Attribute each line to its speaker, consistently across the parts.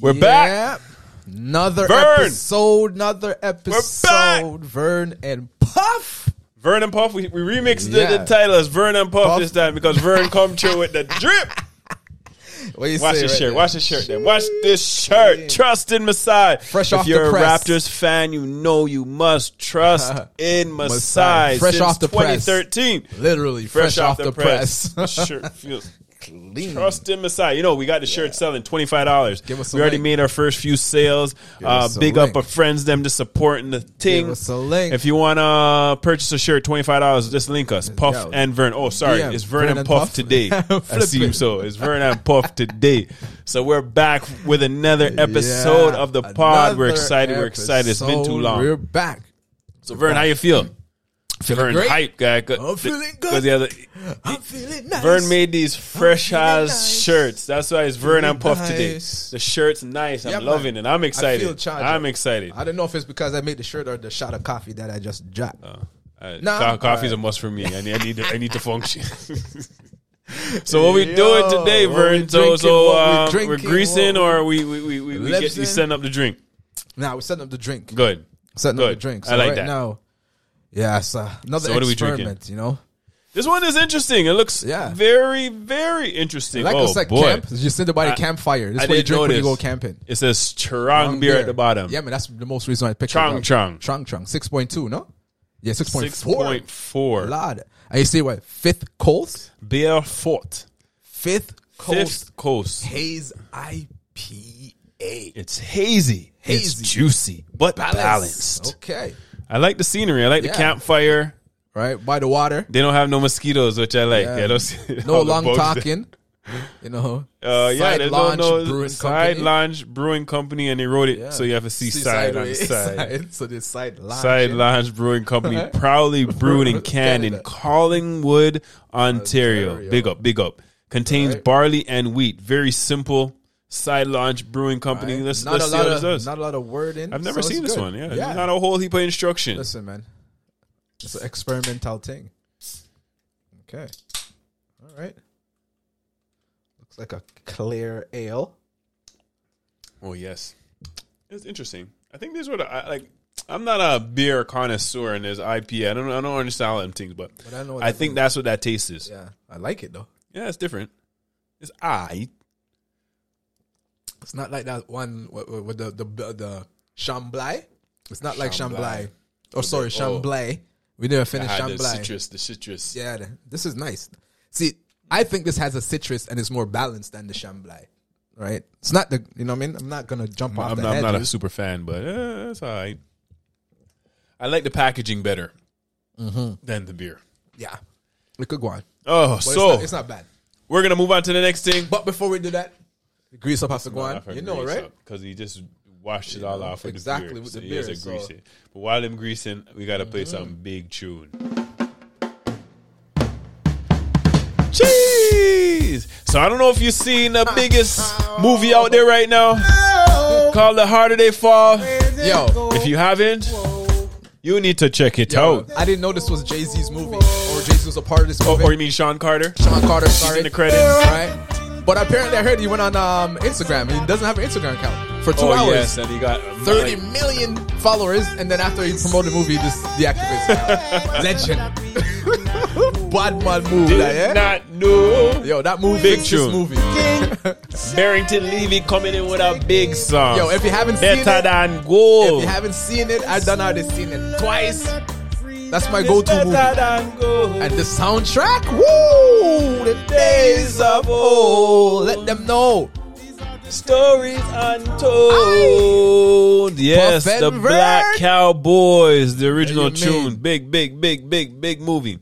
Speaker 1: We're back.
Speaker 2: Another
Speaker 1: Vern.
Speaker 2: episode, another episode. Vern and Puff.
Speaker 1: Vern and Puff, we, we remixed the,
Speaker 2: Yeah.
Speaker 1: the title as Vern and Puff,
Speaker 2: Puff.
Speaker 1: this time because Vern come through with the drip.
Speaker 2: What you
Speaker 1: Watch
Speaker 2: say
Speaker 1: this
Speaker 2: right
Speaker 1: shirt.
Speaker 2: there?
Speaker 1: Watch this shirt. Then watch this shirt. Trust in Masai.
Speaker 2: Fresh
Speaker 1: if
Speaker 2: off the
Speaker 1: you're a
Speaker 2: press.
Speaker 1: Raptors fan, you know you must trust in Masai.
Speaker 2: Fresh
Speaker 1: since
Speaker 2: off the press.
Speaker 1: 2013.
Speaker 2: Literally fresh, off, the, press.
Speaker 1: This shirt feels
Speaker 2: Lean.
Speaker 1: Trust in Messiah. You know, we got the shirt selling twenty five dollars.
Speaker 2: Give us a
Speaker 1: We already
Speaker 2: link.
Speaker 1: made our first few sales. Uh,
Speaker 2: us a
Speaker 1: big
Speaker 2: link.
Speaker 1: up our friends them to supporting the thing.
Speaker 2: Give us a link.
Speaker 1: If you wanna purchase a shirt, twenty five dollars. Just link us, Puff
Speaker 2: Yeah.
Speaker 1: and Vern. Oh, sorry,
Speaker 2: Yeah,
Speaker 1: it's Vern,
Speaker 2: Vern
Speaker 1: and,
Speaker 2: and
Speaker 1: Puff,
Speaker 2: Puff.
Speaker 1: today. I
Speaker 2: Flip
Speaker 1: see you
Speaker 2: it.
Speaker 1: so. It's Vern and Puff today. So we're back with another episode
Speaker 2: Yeah.
Speaker 1: of the pod. we're
Speaker 2: Another
Speaker 1: excited. We're excited. It's been too
Speaker 2: episode.
Speaker 1: long.
Speaker 2: We're back.
Speaker 1: So Vern, how you feel? Feeling Vern
Speaker 2: great.
Speaker 1: hype guy.
Speaker 2: I'm feeling good.
Speaker 1: Because he has a,
Speaker 2: I'm feeling nice.
Speaker 1: Vern made these fresh
Speaker 2: feeling
Speaker 1: ass
Speaker 2: nice.
Speaker 1: shirts. That's why it's Vern and Puff today.
Speaker 2: nice.
Speaker 1: The shirt's nice. I'm
Speaker 2: Yeah, man.
Speaker 1: loving it. I'm excited.
Speaker 2: feel charged
Speaker 1: I'm
Speaker 2: up.
Speaker 1: excited.
Speaker 2: I don't know if it's because I made the shirt or the shot of coffee that I just dropped.
Speaker 1: Uh,
Speaker 2: Nah,
Speaker 1: co-
Speaker 2: I'm
Speaker 1: coffee's a must for me. I need, I need, to, I need to function. so what we doing
Speaker 2: Yo,
Speaker 1: today,
Speaker 2: what
Speaker 1: Vern?
Speaker 2: we
Speaker 1: so
Speaker 2: drinking,
Speaker 1: so
Speaker 2: what we
Speaker 1: uh, we are
Speaker 2: drinking,
Speaker 1: greasing
Speaker 2: what we-
Speaker 1: or we we we, we, we get we
Speaker 2: Lipsin?
Speaker 1: setting up the drink.
Speaker 2: Now we're setting up the drink.
Speaker 1: Good.
Speaker 2: Setting up the
Speaker 1: Good.
Speaker 2: drink.
Speaker 1: I
Speaker 2: So
Speaker 1: like
Speaker 2: right
Speaker 1: that.
Speaker 2: now, yeah, it's uh, another
Speaker 1: So what are we drinking?
Speaker 2: experiment. You know,
Speaker 1: This one is interesting. It looks
Speaker 2: Yeah.
Speaker 1: very very interesting.
Speaker 2: like
Speaker 1: oh
Speaker 2: it's like
Speaker 1: boy.
Speaker 2: camp. You sit by the
Speaker 1: I-
Speaker 2: campfire. This
Speaker 1: I
Speaker 2: is what you
Speaker 1: didn't
Speaker 2: drink
Speaker 1: know
Speaker 2: when you
Speaker 1: this.
Speaker 2: go camping.
Speaker 1: It says strong beer, at the bottom.
Speaker 2: Yeah, man, that's the most reason I picked
Speaker 1: Trong
Speaker 2: it up.
Speaker 1: Trong.
Speaker 2: Trong Trong. 6.2, no? Yeah, 6.4.
Speaker 1: Six point four.
Speaker 2: Lord. And you say what? Fifth Coast?
Speaker 1: Beer Fort.
Speaker 2: Fifth Coast
Speaker 1: Fifth Coast.
Speaker 2: Haze IPA.
Speaker 1: It's hazy.
Speaker 2: Hazy.
Speaker 1: It's juicy, but balanced.
Speaker 2: Okay.
Speaker 1: I like the scenery. I like
Speaker 2: Yeah.
Speaker 1: the campfire.
Speaker 2: Right? By the water.
Speaker 1: They don't have no mosquitoes, which I like. Yeah. those-
Speaker 2: No
Speaker 1: all the
Speaker 2: long
Speaker 1: bugs
Speaker 2: talking. You know?
Speaker 1: there. Uh, yeah,
Speaker 2: Side
Speaker 1: they don't
Speaker 2: Lounge
Speaker 1: know
Speaker 2: Brewing
Speaker 1: side
Speaker 2: Company.
Speaker 1: lounge brewing company, and they wrote it so you have a C
Speaker 2: See
Speaker 1: side on the
Speaker 2: sideways.
Speaker 1: side.
Speaker 2: So this side lounge.
Speaker 1: Side Lounge Brewing Company, proudly brewed and canned in
Speaker 2: Canada.
Speaker 1: Collingwood, Ontario.
Speaker 2: Ontario.
Speaker 1: Big up, big up. Contains barley and wheat. Very simple. Side Lounge Brewing Company.
Speaker 2: Right?
Speaker 1: Let's,
Speaker 2: not
Speaker 1: let's
Speaker 2: a
Speaker 1: see how
Speaker 2: lot
Speaker 1: this
Speaker 2: of
Speaker 1: does.
Speaker 2: not a lot of wording.
Speaker 1: I've never
Speaker 2: so
Speaker 1: seen
Speaker 2: it's
Speaker 1: this
Speaker 2: good.
Speaker 1: one. Yeah. not a whole heap of instructions.
Speaker 2: Listen, man. It's an experimental thing. Okay. All right. Looks like a clear ale.
Speaker 1: Oh yes, it's interesting. I think these were the I, like. I'm not a beer connoisseur, and there's IPA. I don't I don't understand all them things, but,
Speaker 2: But I know what
Speaker 1: I
Speaker 2: that
Speaker 1: think
Speaker 2: means.
Speaker 1: that's what that taste is. Yeah,
Speaker 2: Yeah. I like it though.
Speaker 1: it's different. It's I.
Speaker 2: It's not like that one wi- wi- with the the the, the Chamblay. It's not like Chamblay.
Speaker 1: Chamblay.
Speaker 2: Oh, sorry,
Speaker 1: oh.
Speaker 2: Chamblay. We never finished
Speaker 1: Ah, the
Speaker 2: Chamblay.
Speaker 1: citrus, the citrus.
Speaker 2: Yeah, th- this is nice. See, I think this has a citrus and it's more balanced than the Chamblay. Right? It's not the you know what I mean. I'm not gonna jump off
Speaker 1: I'm
Speaker 2: the
Speaker 1: not, I'm not a
Speaker 2: hedges.
Speaker 1: super fan, but uh, it's all right. I like the packaging better than the beer.
Speaker 2: yeah, we could go on.
Speaker 1: Oh,
Speaker 2: Mm-hmm. But
Speaker 1: so
Speaker 2: it's not, it's not bad.
Speaker 1: we're gonna move on to the next thing.
Speaker 2: But before we do that, grease up has to go on. You know, right?
Speaker 1: Because he just washed it all off with
Speaker 2: exactly
Speaker 1: the beer.
Speaker 2: with
Speaker 1: so Mm-hmm.
Speaker 2: the
Speaker 1: he has
Speaker 2: beer,
Speaker 1: to
Speaker 2: so-
Speaker 1: grease it. But while I'm greasing, we gotta play some big tune. Cheese. So I don't know if you've seen the biggest movie out there right now called The Harder They Fall.
Speaker 2: Yo,
Speaker 1: If you haven't, you need to check it
Speaker 2: yo,
Speaker 1: out.
Speaker 2: I didn't know this was Jay Z's movie, or Jay Z was a part of this
Speaker 1: Oh,
Speaker 2: movie.
Speaker 1: or you mean Sean Carter?
Speaker 2: Sean Carter, sorry.
Speaker 1: in the credits.
Speaker 2: right? But apparently, I heard he went on um, Instagram. He doesn't have an Instagram account for two
Speaker 1: Oh
Speaker 2: hours.
Speaker 1: yes, and he got a
Speaker 2: 30
Speaker 1: million.
Speaker 2: million followers, and then after he promoted the movie, he just deactivates it. Legend. Bad man move, like,
Speaker 1: Did
Speaker 2: yeah?
Speaker 1: not know.
Speaker 2: Yo, that movie
Speaker 1: Big
Speaker 2: is this
Speaker 1: tune.
Speaker 2: movie.
Speaker 1: Barrington Levy coming in with a big song.
Speaker 2: Yo, if you haven't seen
Speaker 1: better
Speaker 2: it,
Speaker 1: than gold.
Speaker 2: If you haven't seen it, I don't know how they seen it twice. That's my
Speaker 1: It's
Speaker 2: go-to
Speaker 1: better
Speaker 2: movie.
Speaker 1: than gold.
Speaker 2: And the soundtrack, woo! The days of old. Let them know.
Speaker 1: stories untold. yes,
Speaker 2: Puff and
Speaker 1: the
Speaker 2: Vert.
Speaker 1: Black Cowboys, the original
Speaker 2: There you mean.
Speaker 1: tune. Big, big, big, big, big movie.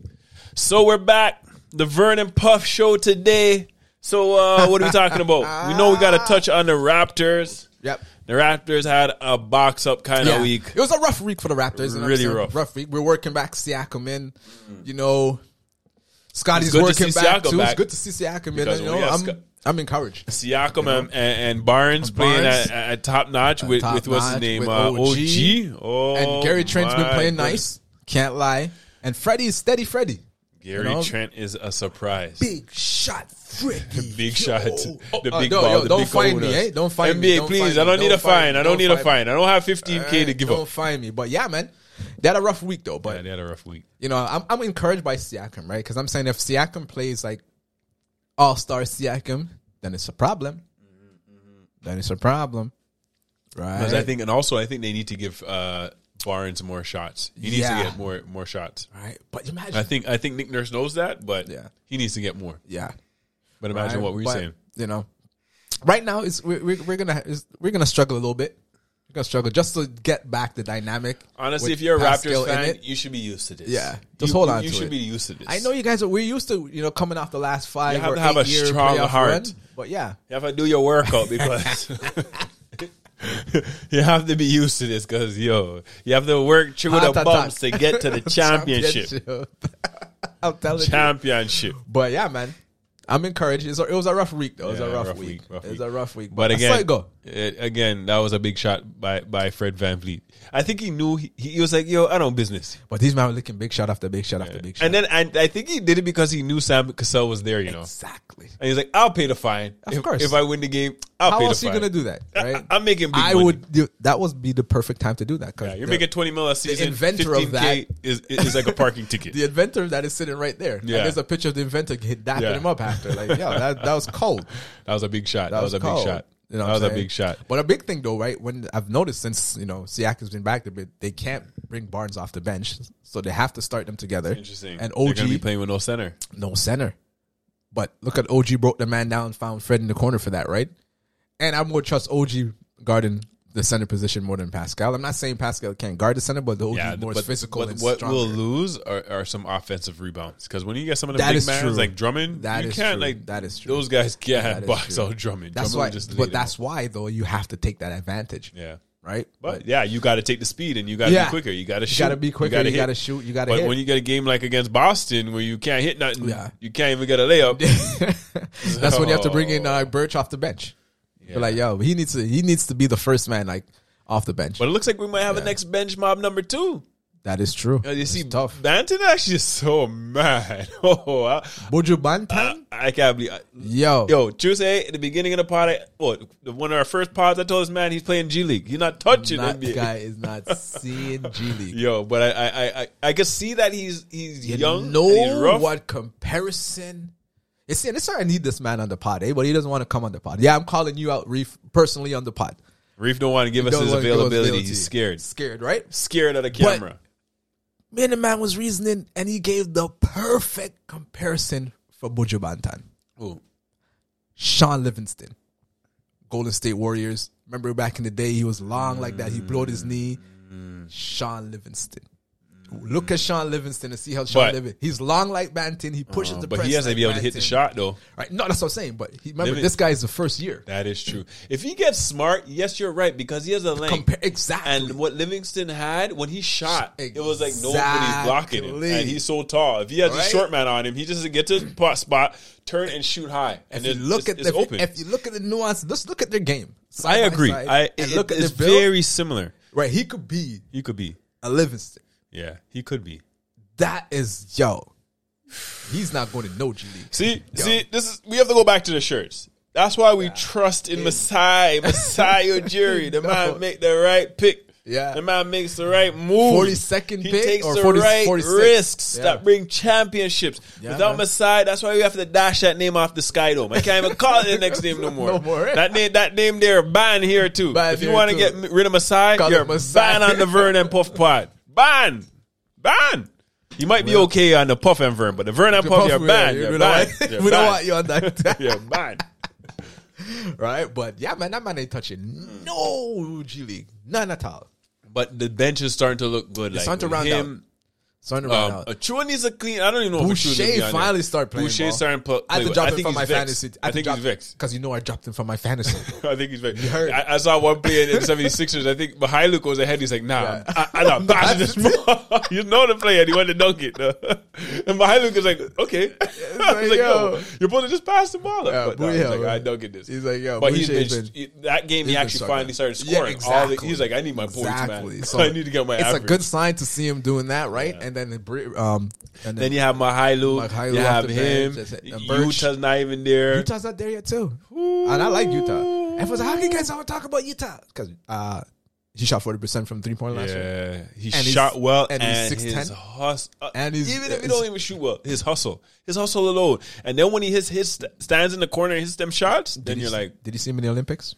Speaker 1: So we're back. The Vern and Puff show today. So uh, what are we talking about? we know we got to touch on the Raptors.
Speaker 2: Yep.
Speaker 1: The Raptors had a box up kind of
Speaker 2: Yeah.
Speaker 1: week.
Speaker 2: It was a rough week for the Raptors. you know what I'm
Speaker 1: Really
Speaker 2: saying?
Speaker 1: rough. Mm.
Speaker 2: Rough week. We're working back Siakam in. You know, Scotty's
Speaker 1: It's good to
Speaker 2: working
Speaker 1: see
Speaker 2: back
Speaker 1: Siakam
Speaker 2: too. It's
Speaker 1: back.
Speaker 2: good to see Siakam in.
Speaker 1: Because
Speaker 2: and, You
Speaker 1: we
Speaker 2: know,
Speaker 1: got
Speaker 2: I'm,
Speaker 1: Scott-
Speaker 2: I'm encouraged.
Speaker 1: Siakam and, and, and Barnes playing
Speaker 2: Barnes.
Speaker 1: at, at top notch with,
Speaker 2: top
Speaker 1: with what's his
Speaker 2: notch,
Speaker 1: name
Speaker 2: with
Speaker 1: uh,
Speaker 2: OG.
Speaker 1: OG. Oh,
Speaker 2: and Gary Trent's been
Speaker 1: my
Speaker 2: playing
Speaker 1: goodness.
Speaker 2: nice. Can't lie. And Freddie's steady Freddie.
Speaker 1: Gary
Speaker 2: You know?
Speaker 1: Trent is a surprise.
Speaker 2: Big shot, Freddie.
Speaker 1: Big shot.
Speaker 2: Yo. Oh,
Speaker 1: The
Speaker 2: uh,
Speaker 1: big
Speaker 2: yo,
Speaker 1: ball.
Speaker 2: yo,
Speaker 1: the
Speaker 2: don't
Speaker 1: big
Speaker 2: find me,
Speaker 1: holders.
Speaker 2: eh? Don't find me.
Speaker 1: NBA,
Speaker 2: Don't
Speaker 1: please.
Speaker 2: find
Speaker 1: I
Speaker 2: me.
Speaker 1: don't need a
Speaker 2: Don't find
Speaker 1: fine.
Speaker 2: me.
Speaker 1: I don't need a
Speaker 2: Don't find
Speaker 1: fine. I don't have 15K to
Speaker 2: Alright,
Speaker 1: give
Speaker 2: don't
Speaker 1: up.
Speaker 2: find me. But yeah, man, they had a rough week though. But
Speaker 1: Yeah, they had a rough week.
Speaker 2: you know, I'm I'm encouraged by Siakam, right? Because I'm saying if Siakam plays like All Star Siakam, then it's a problem. Then it's a problem, right?
Speaker 1: Because I think, and also, I think they need to give uh, Barnes more shots. He needs
Speaker 2: Yeah.
Speaker 1: to get more more shots.
Speaker 2: right, but
Speaker 1: I
Speaker 2: imagine,
Speaker 1: think I think Nick Nurse knows that, but
Speaker 2: Yeah.
Speaker 1: he needs to get more.
Speaker 2: yeah.
Speaker 1: But imagine
Speaker 2: right?
Speaker 1: what we were
Speaker 2: But,
Speaker 1: saying.
Speaker 2: You know, right now it's we're we're, we're gonna it's, we're gonna struggle a little bit. We're gonna struggle just to get back the dynamic.
Speaker 1: Honestly,
Speaker 2: with
Speaker 1: if you're a
Speaker 2: Pascal
Speaker 1: Raptors
Speaker 2: in
Speaker 1: fan,
Speaker 2: it.
Speaker 1: you should be used to this.
Speaker 2: Yeah. Just
Speaker 1: You-
Speaker 2: hold
Speaker 1: you-
Speaker 2: on
Speaker 1: You
Speaker 2: to
Speaker 1: should
Speaker 2: it.
Speaker 1: be used to this.
Speaker 2: I know you guys are. We're used to you know coming off the last five.
Speaker 1: You have
Speaker 2: or
Speaker 1: to have a
Speaker 2: eight year
Speaker 1: strong
Speaker 2: playoff
Speaker 1: heart.
Speaker 2: run, but yeah,
Speaker 1: You have to do your workout because you have to be used to this. Because yo, you have to work through the
Speaker 2: Heart attack.
Speaker 1: bumps to get to the championship.
Speaker 2: Championship. I'm telling you.
Speaker 1: Championship.
Speaker 2: But yeah, man, I'm encouraged. It's a, it was a rough week, though. It was
Speaker 1: Yeah,
Speaker 2: a rough,
Speaker 1: rough
Speaker 2: week.
Speaker 1: week, rough
Speaker 2: It was
Speaker 1: week.
Speaker 2: a rough week.
Speaker 1: But
Speaker 2: I saw
Speaker 1: again,
Speaker 2: it go.
Speaker 1: it- again, that was a big shot by by Fred Van Vliet. I think he knew he, he was like, yo, I don't business.
Speaker 2: But these men were looking big shot after big shot after big shot.
Speaker 1: And then and I think he did it because he knew Sam Cassell was there, you know.
Speaker 2: exactly.
Speaker 1: And he's like, I'll pay the fine.
Speaker 2: Of
Speaker 1: if,
Speaker 2: course.
Speaker 1: If I win the game, I'll
Speaker 2: How
Speaker 1: pay
Speaker 2: else
Speaker 1: the
Speaker 2: are you
Speaker 1: fine.
Speaker 2: gonna do that? Right?
Speaker 1: I, am making big
Speaker 2: I
Speaker 1: money.
Speaker 2: would. do- That would be the perfect time to do that. 'cause
Speaker 1: Yeah, you're
Speaker 2: the,
Speaker 1: making 20 mil a season.
Speaker 2: inventor of
Speaker 1: 15K is, is like a parking ticket.
Speaker 2: the inventor of that is sitting right there. Yeah.
Speaker 1: Yeah.
Speaker 2: there's a picture of the inventor hit dapping
Speaker 1: Yeah.
Speaker 2: him up after. Like, yo, that that was cold.
Speaker 1: That was a big shot. That, was, a
Speaker 2: cold.
Speaker 1: big shot.
Speaker 2: You know
Speaker 1: that
Speaker 2: what
Speaker 1: was
Speaker 2: I'm
Speaker 1: a
Speaker 2: saying?
Speaker 1: big shot.
Speaker 2: But a big thing though, right? When I've noticed since you know Siakam's been back a bit, they can't bring Barnes off the bench, so they have to start them together.
Speaker 1: Interesting.
Speaker 2: And
Speaker 1: They're gonna be
Speaker 2: OG
Speaker 1: playing with no center.
Speaker 2: no center. But look at OG broke the man down, found Fred in the corner for that, right? And I'm gonna trust OG guarding the center position more than Pascal. I'm not saying Pascal can't guard the center, but the OG
Speaker 1: Yeah,
Speaker 2: is more
Speaker 1: but
Speaker 2: physical
Speaker 1: what,
Speaker 2: and
Speaker 1: what
Speaker 2: stronger.
Speaker 1: we'll lose are, are some offensive rebounds because when you get some of the
Speaker 2: That
Speaker 1: big
Speaker 2: is
Speaker 1: men
Speaker 2: true.
Speaker 1: like Drummond,
Speaker 2: That
Speaker 1: you
Speaker 2: is
Speaker 1: can't
Speaker 2: true.
Speaker 1: like
Speaker 2: That is true.
Speaker 1: Those guys
Speaker 2: That
Speaker 1: can't
Speaker 2: is
Speaker 1: box
Speaker 2: true.
Speaker 1: out Drummond.
Speaker 2: that's
Speaker 1: Drummond
Speaker 2: why,
Speaker 1: just laid
Speaker 2: but
Speaker 1: him
Speaker 2: that's why though you have to take that advantage,
Speaker 1: off. yeah.
Speaker 2: right?
Speaker 1: But yeah, you got to take the speed and you got to
Speaker 2: Yeah.
Speaker 1: be quicker. You got to
Speaker 2: you
Speaker 1: shoot.
Speaker 2: gotta be quicker. You gotta,
Speaker 1: hit.
Speaker 2: shoot. You gotta
Speaker 1: But
Speaker 2: hit.
Speaker 1: when you get a game like against Boston where you can't hit nothing,
Speaker 2: Yeah.
Speaker 1: you can't even get a layup.
Speaker 2: That's when you have to bring in uh, Birch off the bench. You're like, yo, he needs to he needs to be the first man like off the bench.
Speaker 1: But it looks like we might have a next bench mob number two.
Speaker 2: that is true.
Speaker 1: Uh, You see,
Speaker 2: tough.
Speaker 1: Banton actually is so mad. Oh, I,
Speaker 2: Bojo Bantan,
Speaker 1: I, I can't believe. I,
Speaker 2: yo,
Speaker 1: yo, Tuesday at the beginning of the pod, I, well, the- one of our first pods, I told this man he's playing G League. He's not touching
Speaker 2: that
Speaker 1: NBA.
Speaker 2: guy is not seeing G League.
Speaker 1: Yo, but I, I, I, I, I can see that he's he's
Speaker 2: You
Speaker 1: young.
Speaker 2: know
Speaker 1: and he's rough.
Speaker 2: what comparison? You see, and it's why I need this man on the pod, eh? But he doesn't want to come on the pod. Yeah, I'm calling you out, Reef, personally on the pod.
Speaker 1: Reef don't want to give us
Speaker 2: Don't
Speaker 1: his
Speaker 2: wanna give us
Speaker 1: availability.
Speaker 2: availability.
Speaker 1: He's scared.
Speaker 2: Scared, right?
Speaker 1: Scared of the camera.
Speaker 2: Me and the man was reasoning, and he gave the perfect comparison for Bojo Bantan.
Speaker 1: Ooh.
Speaker 2: Sean Livingston, Golden State Warriors. Remember back in the day, he was long like that. He blowed his knee.
Speaker 1: Mm-hmm.
Speaker 2: Sean Livingston. Look at Sean Livingston and see how Sean
Speaker 1: But-
Speaker 2: Livingston. He's long like Banton. He pushes the
Speaker 1: Oh, But
Speaker 2: press
Speaker 1: he has to
Speaker 2: like
Speaker 1: be able to hit the
Speaker 2: Banton.
Speaker 1: shot, though.
Speaker 2: Right? No, that's what I'm saying. But he, remember,
Speaker 1: Living-
Speaker 2: this guy is the first year.
Speaker 1: That is true. If he gets smart, yes, you're right because he has a length.
Speaker 2: Compa- exactly.
Speaker 1: and what Livingston had when he shot, it was like nobody's blocking him,
Speaker 2: Exactly.
Speaker 1: and he's so tall. If he has
Speaker 2: Right?
Speaker 1: a short man on him, he just doesn't get to his spot, spot, turn and shoot high, and
Speaker 2: if you
Speaker 1: it's-
Speaker 2: look at
Speaker 1: it's,
Speaker 2: the
Speaker 1: it's open.
Speaker 2: if you look at the nuance, let's look at their game. Side
Speaker 1: I
Speaker 2: by
Speaker 1: agree.
Speaker 2: side,
Speaker 1: I
Speaker 2: and
Speaker 1: it,
Speaker 2: look at
Speaker 1: it's
Speaker 2: the build.
Speaker 1: very similar.
Speaker 2: Right, he could be
Speaker 1: He could be,
Speaker 2: a Livingston.
Speaker 1: yeah, he could be.
Speaker 2: That is yo. He's not going to know G League.
Speaker 1: See,
Speaker 2: Yo.
Speaker 1: see, this is we have to go back to the shirts. That's why we trust in Masai, Masai Ujiri. The
Speaker 2: No.
Speaker 1: man make the right pick.
Speaker 2: Yeah.
Speaker 1: the man makes the right move.
Speaker 2: 42nd
Speaker 1: he
Speaker 2: pick
Speaker 1: takes
Speaker 2: or
Speaker 1: the
Speaker 2: 40
Speaker 1: right
Speaker 2: 46th.
Speaker 1: risks
Speaker 2: Yeah.
Speaker 1: that bring championships.
Speaker 2: Yeah,
Speaker 1: Without
Speaker 2: man.
Speaker 1: Masai, that's why we have to dash that name off the Sky Dome. I can't even call it the next name no more.
Speaker 2: No more.
Speaker 1: That name, that name there, ban here too.
Speaker 2: Ban
Speaker 1: if you
Speaker 2: here
Speaker 1: want to
Speaker 2: too.
Speaker 1: get m- rid of Masai,
Speaker 2: Call it
Speaker 1: you're
Speaker 2: Masai.
Speaker 1: ban on the Vern and Puff pod. Ban, ban. You might be okay on the Puff and Vern, but the Vern and Puff,
Speaker 2: Puff,
Speaker 1: you're
Speaker 2: we-
Speaker 1: banned.
Speaker 2: we don't
Speaker 1: You're banned.
Speaker 2: want-
Speaker 1: You're
Speaker 2: we don't
Speaker 1: banned.
Speaker 2: want you on that,
Speaker 1: You're banned.
Speaker 2: right? But yeah, man, that man ain't touching no G League, none at all.
Speaker 1: But the bench is starting to look good. Like
Speaker 2: starting to
Speaker 1: with
Speaker 2: round
Speaker 1: him,
Speaker 2: So I'm
Speaker 1: Um,
Speaker 2: um,
Speaker 1: Achua needs a clean. I don't even know. if Achua's gonna be
Speaker 2: Boucher
Speaker 1: on
Speaker 2: finally
Speaker 1: there.
Speaker 2: started playing.
Speaker 1: Boucher
Speaker 2: ball.
Speaker 1: starting to
Speaker 2: I
Speaker 1: play.
Speaker 2: had to
Speaker 1: well.
Speaker 2: drop
Speaker 1: I
Speaker 2: him
Speaker 1: think
Speaker 2: from
Speaker 1: he's
Speaker 2: my
Speaker 1: vexed.
Speaker 2: fantasy.
Speaker 1: I think he's vexed.
Speaker 2: because you know I dropped him from my fantasy.
Speaker 1: I think he's vexed.
Speaker 2: heard.
Speaker 1: I, I saw one play in the 76ers. I think Mihailuk was ahead. He's like, nah, I, I not bashing this ball. you know the player. He wanted to dunk it. and Mihailuk was like, okay. I
Speaker 2: like,
Speaker 1: was like, yo,
Speaker 2: yo.
Speaker 1: you're supposed to just pass the ball. Up.
Speaker 2: Yeah,
Speaker 1: but nah,
Speaker 2: booyah,
Speaker 1: he's like,
Speaker 2: man.
Speaker 1: I dunk it this.
Speaker 2: He's like, yo,
Speaker 1: but he's
Speaker 2: Boucher's been-
Speaker 1: been, he- that
Speaker 2: he's
Speaker 1: game, he
Speaker 2: been
Speaker 1: actually
Speaker 2: struggling.
Speaker 1: finally started
Speaker 2: Yeah,
Speaker 1: scoring. All the,
Speaker 2: exactly.
Speaker 1: he's like, I need my points, man.
Speaker 2: So
Speaker 1: I need to get my
Speaker 2: It's
Speaker 1: average.
Speaker 2: a good sign to see him doing that, right? And then the Bra- um, and
Speaker 1: Then you have Mahailu.
Speaker 2: Like Hailu
Speaker 1: you
Speaker 2: off
Speaker 1: have
Speaker 2: the
Speaker 1: him.
Speaker 2: bench, just- and Birch.
Speaker 1: Utah's not even there.
Speaker 2: Utah's not there yet too. And I like Utah. Everyone's like, how can you guys always talk about Utah? Because uh, he shot forty percent from three point last year.
Speaker 1: Yeah, he
Speaker 2: he's-
Speaker 1: shot well, and,
Speaker 2: and he's 6'10".
Speaker 1: his hustle.
Speaker 2: And he's- uh,
Speaker 1: even if he
Speaker 2: he's-
Speaker 1: don't even shoot well, his hustle, his hustle alone. And then when he hits his st- stands in the corner and hits them shots, then
Speaker 2: Did
Speaker 1: you're
Speaker 2: you see-
Speaker 1: like,
Speaker 2: did you see him in the Olympics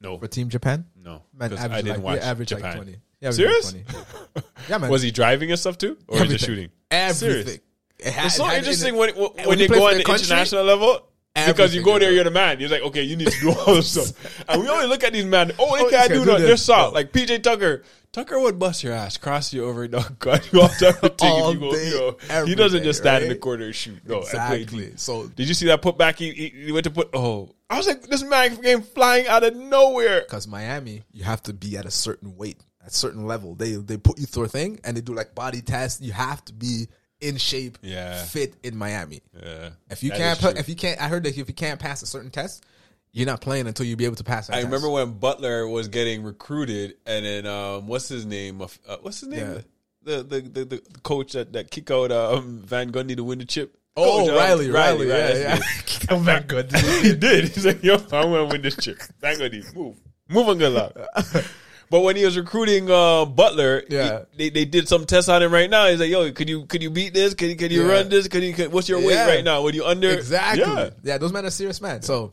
Speaker 1: no,
Speaker 2: for Team Japan?
Speaker 1: no,
Speaker 2: Man,
Speaker 1: 'Cause
Speaker 2: average
Speaker 1: I didn't
Speaker 2: like,
Speaker 1: watch
Speaker 2: yeah, average
Speaker 1: Japan.
Speaker 2: like twenty. He averaged
Speaker 1: Serious?
Speaker 2: Like 20. Yeah, man.
Speaker 1: Was he driving and stuff too, or
Speaker 2: Everything.
Speaker 1: just shooting?
Speaker 2: everything?
Speaker 1: Serious.
Speaker 2: It had-
Speaker 1: It's so
Speaker 2: had it in
Speaker 1: interesting
Speaker 2: it.
Speaker 1: when when,
Speaker 2: when
Speaker 1: you
Speaker 2: you play
Speaker 1: go
Speaker 2: for
Speaker 1: on the
Speaker 2: the country,
Speaker 1: international level. Because you
Speaker 2: everything
Speaker 1: go there,
Speaker 2: is-
Speaker 1: you're the man. You're like, okay, you need to do all this stuff. And we always look at these men. Oh, they
Speaker 2: Oh,
Speaker 1: can't
Speaker 2: they
Speaker 1: do
Speaker 2: can't do
Speaker 1: that. They're
Speaker 2: this.
Speaker 1: soft. Like PJ Tucker. Tucker would bust your ass, cross you over, dog, cut you off to everything.
Speaker 2: All
Speaker 1: you go,
Speaker 2: day,
Speaker 1: you know, he
Speaker 2: every
Speaker 1: doesn't
Speaker 2: day,
Speaker 1: just stand in the
Speaker 2: right?
Speaker 1: corner and shoot. No, I played
Speaker 2: Exactly.
Speaker 1: D.
Speaker 2: So
Speaker 1: Did you see that putback? He, he, he went to put. Oh, I was like, this man came flying out of nowhere.
Speaker 2: because Miami, you have to be at a certain weight, at certain level. They they put you through a thing and they do like body tests. You have to be in shape,
Speaker 1: Yeah.
Speaker 2: fit in Miami.
Speaker 1: Yeah,
Speaker 2: If you
Speaker 1: that
Speaker 2: can't,
Speaker 1: is
Speaker 2: pa-
Speaker 1: true.
Speaker 2: if you can't, I heard that if you can't pass a certain test, you're not playing until you be able to pass. That
Speaker 1: I
Speaker 2: test.
Speaker 1: remember when Butler was getting recruited, and then um, what's his name? Uh, what's his name?
Speaker 2: Yeah.
Speaker 1: The, the, the the coach that that kick out um, Van Gundy to win the chip.
Speaker 2: Oh,
Speaker 1: Coach, um,
Speaker 2: Riley, Riley, yeah,
Speaker 1: that's
Speaker 2: yeah.
Speaker 1: it. Van Gundy, he did. He's like, yo, I'm gonna win this chip. Van Gundy, move, move on, good luck. But when he was recruiting uh, Butler, he-
Speaker 2: Yeah.
Speaker 1: they, they did some tests on him right now. He's like, "Yo, could you could you beat this? Can you can you
Speaker 2: Yeah.
Speaker 1: run this? Can you could, what's your
Speaker 2: Yeah.
Speaker 1: weight right now? What are you under?"
Speaker 2: Exactly.
Speaker 1: Yeah.
Speaker 2: Yeah. those men are serious men. So,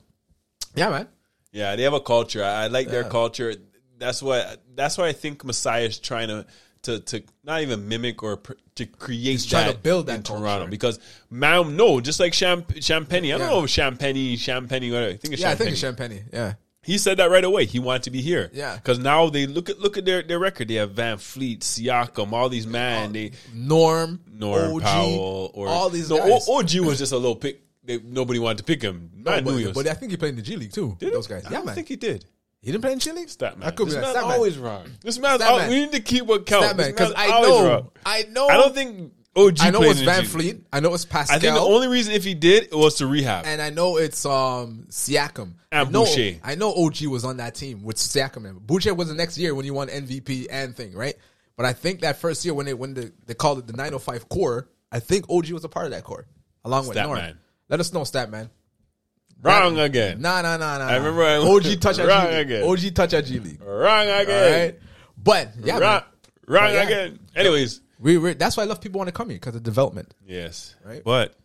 Speaker 2: yeah, man.
Speaker 1: Yeah, they have a culture. I, I like their
Speaker 2: Yeah.
Speaker 1: culture. That's what. That's why I think Messiah is trying to to to not even mimic or pr- to create
Speaker 2: trying
Speaker 1: that
Speaker 2: to build that
Speaker 1: in Toronto
Speaker 2: culture.
Speaker 1: because Mam no, just like Champ Champagne. I don't
Speaker 2: Yeah.
Speaker 1: know if Champagne Champagne. Whatever. I think it's
Speaker 2: Yeah, I
Speaker 1: Champagne.
Speaker 2: think it's Champagne. Yeah,
Speaker 1: he said that right away. He wanted to be here.
Speaker 2: Yeah.
Speaker 1: because now they look at look at their their record. They have Van Fleet, Siakam, all these man. They
Speaker 2: Norm,
Speaker 1: Norm
Speaker 2: OG,
Speaker 1: Powell or
Speaker 2: all these
Speaker 1: No,
Speaker 2: guys.
Speaker 1: O- OG was just a little pick. They, nobody wanted to pick him. Man knew he
Speaker 2: but,
Speaker 1: was.
Speaker 2: but I think he played in the G League too.
Speaker 1: Did he?
Speaker 2: those guys.
Speaker 1: I
Speaker 2: Yeah,
Speaker 1: don't
Speaker 2: man.
Speaker 1: think he did.
Speaker 2: he didn't play in G League.
Speaker 1: Stat man.
Speaker 2: I could
Speaker 1: this
Speaker 2: be like,
Speaker 1: man's
Speaker 2: stat man.
Speaker 1: always wrong. This man's
Speaker 2: Stat
Speaker 1: al-
Speaker 2: man.
Speaker 1: we need to keep what counts.
Speaker 2: Stat man,
Speaker 1: This man's
Speaker 2: 'cause I
Speaker 1: always
Speaker 2: know-
Speaker 1: wrong.
Speaker 2: I know-
Speaker 1: I don't think OG.
Speaker 2: I know
Speaker 1: played
Speaker 2: it's
Speaker 1: in the
Speaker 2: Van
Speaker 1: G League.
Speaker 2: Fleet. I know it's Pascal.
Speaker 1: I think the only reason if he did it was to rehab.
Speaker 2: and I know it's um Siakam.
Speaker 1: And
Speaker 2: I know,
Speaker 1: Boucher.
Speaker 2: I know OG was on that team with Siakam. And Boucher was the next year when he won MVP and thing, right? But I think that first year when they when the, they called it the 905 core, I think OG was a part of that core along with
Speaker 1: Stat
Speaker 2: Norm.
Speaker 1: man.
Speaker 2: Let us know, stat man.
Speaker 1: wrong again.
Speaker 2: Nah, nah, nah, nah.
Speaker 1: I remember I-
Speaker 2: OG touch at
Speaker 1: Wrong
Speaker 2: G League.
Speaker 1: again.
Speaker 2: OG touch at G League.
Speaker 1: Wrong
Speaker 2: All
Speaker 1: again.
Speaker 2: right, but yeah,
Speaker 1: Wrong,
Speaker 2: man,
Speaker 1: wrong
Speaker 2: But yeah.
Speaker 1: again. Anyways,
Speaker 2: we we that's why I love people want to come here because of development.
Speaker 1: yes,
Speaker 2: Right.
Speaker 1: but.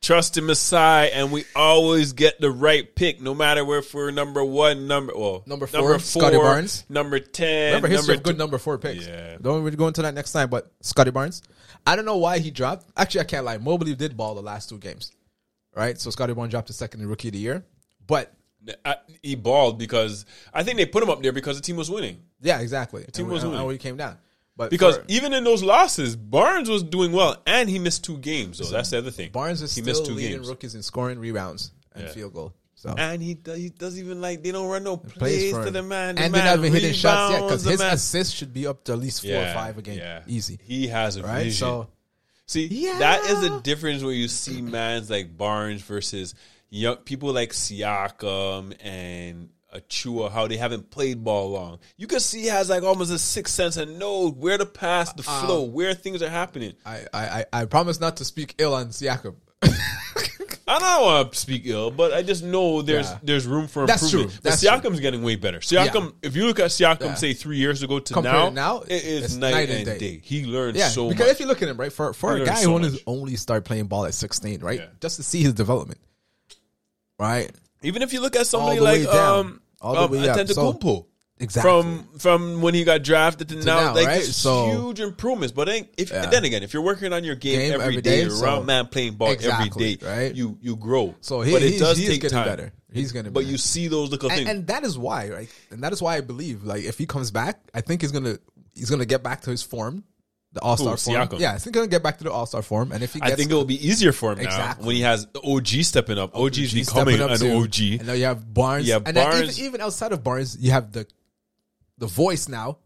Speaker 1: Trust in Masai, and we always get the right pick, no matter where if we're number one, number well,
Speaker 2: Number four, Scotty Barnes.
Speaker 1: number ten,
Speaker 2: Remember history
Speaker 1: number
Speaker 2: of good number four picks.
Speaker 1: Yeah.
Speaker 2: Don't really go into that next time, but Scotty Barnes. I don't know why he dropped. Actually, I can't lie. Mobley did ball the last two games. Right? So Scotty Barnes dropped the second rookie of the year. But
Speaker 1: I, he balled because I think they put him up there because the team was winning.
Speaker 2: yeah, exactly. The
Speaker 1: team
Speaker 2: and, we-
Speaker 1: was
Speaker 2: and,
Speaker 1: winning.
Speaker 2: we came down. But
Speaker 1: Because
Speaker 2: for-
Speaker 1: even in those losses, Barnes was doing well, and he missed two games. Though that's the other thing.
Speaker 2: Barnes is
Speaker 1: he
Speaker 2: still leading rookies in scoring rebounds and field goal. So
Speaker 1: and he does, he does even like they don't run no plays
Speaker 2: plays
Speaker 1: to
Speaker 2: for
Speaker 1: the
Speaker 2: him.
Speaker 1: man.
Speaker 2: and they're not even hitting shots yet
Speaker 1: because
Speaker 2: because his assists should be up to at least four or five a game. Easy.
Speaker 1: He has a
Speaker 2: Right?
Speaker 1: vision.
Speaker 2: So
Speaker 1: See,
Speaker 2: Yeah.
Speaker 1: that is the difference when you see mans like Barnes versus young people like Siakam and Achua, how they haven't played ball long. You can see he has like almost a sixth sense and know where to pass, the
Speaker 2: Uh-uh.
Speaker 1: flow, where things are happening.
Speaker 2: I, I, I, I promise not to speak ill on Siakam.
Speaker 1: I don't want to speak ill, but I just know there's
Speaker 2: Yeah.
Speaker 1: there's room for
Speaker 2: That's
Speaker 1: improvement.
Speaker 2: true.
Speaker 1: But
Speaker 2: That's
Speaker 1: Siakam's getting way better. Siakam, if you look at Siakam,
Speaker 2: Yeah.
Speaker 1: say three years ago to
Speaker 2: Compared
Speaker 1: now,
Speaker 2: to now,
Speaker 1: it is
Speaker 2: it's
Speaker 1: night, and day. He learned
Speaker 2: Yeah,
Speaker 1: so
Speaker 2: because
Speaker 1: much.
Speaker 2: if you look at him, right, for for
Speaker 1: He
Speaker 2: a
Speaker 1: learned
Speaker 2: guy
Speaker 1: so
Speaker 2: who only,
Speaker 1: much.
Speaker 2: only started playing ball at 16, right,
Speaker 1: Yeah.
Speaker 2: just to see his development, right,
Speaker 1: Even if you look at somebody
Speaker 2: the way
Speaker 1: like
Speaker 2: down.
Speaker 1: um,
Speaker 2: All the
Speaker 1: um
Speaker 2: way up. So-
Speaker 1: Antetokounmpo.
Speaker 2: exactly.
Speaker 1: from from when he got drafted to, now,
Speaker 2: now,
Speaker 1: like
Speaker 2: right?
Speaker 1: it's
Speaker 2: So-
Speaker 1: huge improvements. But then, if
Speaker 2: Yeah.
Speaker 1: then again, if you're working on your game,
Speaker 2: Game
Speaker 1: every
Speaker 2: every
Speaker 1: day,
Speaker 2: day,
Speaker 1: you're
Speaker 2: so-
Speaker 1: around man playing ball every
Speaker 2: Exactly,
Speaker 1: day,
Speaker 2: right?
Speaker 1: You you grow.
Speaker 2: so he,
Speaker 1: but it
Speaker 2: he's,
Speaker 1: does
Speaker 2: he's
Speaker 1: take
Speaker 2: getting
Speaker 1: time.
Speaker 2: better. He's gonna, be
Speaker 1: But
Speaker 2: better.
Speaker 1: you see those little
Speaker 2: and,
Speaker 1: things.
Speaker 2: and that is why, right, and that is why I believe, like, if he comes back, I think he's gonna he's gonna get back to his form, the All Star
Speaker 1: Who,
Speaker 2: form.
Speaker 1: Siakam?
Speaker 2: Yeah, I think he's gonna get back to the All Star form, and if he,
Speaker 1: I
Speaker 2: gets
Speaker 1: think it will be easier for him now
Speaker 2: Exactly.
Speaker 1: when he has OG stepping up. OG is
Speaker 2: he's
Speaker 1: becoming
Speaker 2: stepping
Speaker 1: an
Speaker 2: up too.
Speaker 1: OG.
Speaker 2: and now you have Barnes,
Speaker 1: You have
Speaker 2: and then
Speaker 1: Barnes.
Speaker 2: even, even outside of Barnes, you have the the voice now,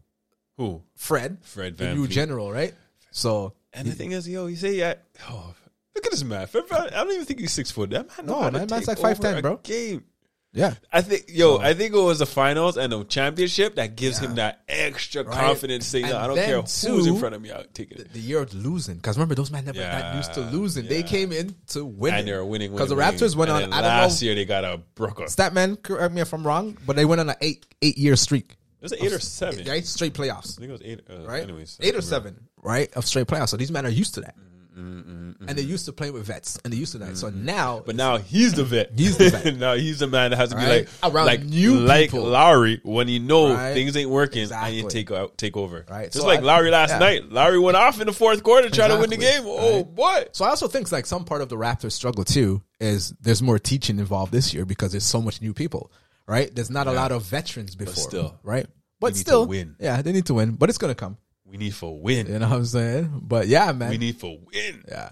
Speaker 1: Who?
Speaker 2: Fred,
Speaker 1: Fred
Speaker 2: the
Speaker 1: Van
Speaker 2: new
Speaker 1: Vliet.
Speaker 2: general, right? So
Speaker 1: And the thing is, yo, you say, I, oh, look at this man. Fred Van- I don't even think he's six foot. That man know
Speaker 2: No,
Speaker 1: how to
Speaker 2: that man's
Speaker 1: take
Speaker 2: like 5'10",
Speaker 1: over a
Speaker 2: bro.
Speaker 1: Game.
Speaker 2: Yeah.
Speaker 1: I think, yo, I think it was the finals and the championship that gives him that extra
Speaker 2: Right.
Speaker 1: confidence saying,
Speaker 2: And
Speaker 1: I don't
Speaker 2: then,
Speaker 1: care who's in
Speaker 2: too,
Speaker 1: front of me, I'll take it.
Speaker 2: The year of losing, because remember those men never got
Speaker 1: Yeah,
Speaker 2: used to losing. They
Speaker 1: yeah.
Speaker 2: came in to win.
Speaker 1: And they're winning.
Speaker 2: because the
Speaker 1: winning,
Speaker 2: Raptors went
Speaker 1: winning.
Speaker 2: on.
Speaker 1: And
Speaker 2: I
Speaker 1: then
Speaker 2: don't know.
Speaker 1: Last year they got a Brooker. It
Speaker 2: Statman, correct me if I'm wrong, but they went on an eight eight year streak.
Speaker 1: was it eight or seven. I
Speaker 2: Right, straight playoffs.
Speaker 1: think it was eight. Uh,
Speaker 2: Right,
Speaker 1: Anyways,
Speaker 2: eight or seven. Right, of straight playoffs. So these men are used to that,
Speaker 1: Mm,
Speaker 2: and they're used to playing with vets, and they're used to that. So now,
Speaker 1: Mm-hmm. But now he's the vet.
Speaker 2: He's the vet.
Speaker 1: now he's the man that has to be
Speaker 2: Right?
Speaker 1: like
Speaker 2: Around
Speaker 1: like
Speaker 2: new
Speaker 1: like
Speaker 2: people.
Speaker 1: Lowry when you know
Speaker 2: Right?
Speaker 1: things ain't working and you
Speaker 2: Exactly.
Speaker 1: take out take over.
Speaker 2: Right.
Speaker 1: Just
Speaker 2: So
Speaker 1: like
Speaker 2: I-
Speaker 1: Lowry last
Speaker 2: yeah.
Speaker 1: night. Lowry went off in the fourth quarter trying to win the game.
Speaker 2: Exactly.
Speaker 1: Oh boy.
Speaker 2: so I also think like some part of the Raptors' struggle too is there's more teaching involved this year because there's so much new people. Right, there's not a lot of veterans before.
Speaker 1: still,
Speaker 2: right, but
Speaker 1: need to
Speaker 2: still,
Speaker 1: win.
Speaker 2: yeah, they need to win, but it's gonna come.
Speaker 1: We need for win.
Speaker 2: You know what I'm saying? But yeah, man,
Speaker 1: We need for win.
Speaker 2: yeah.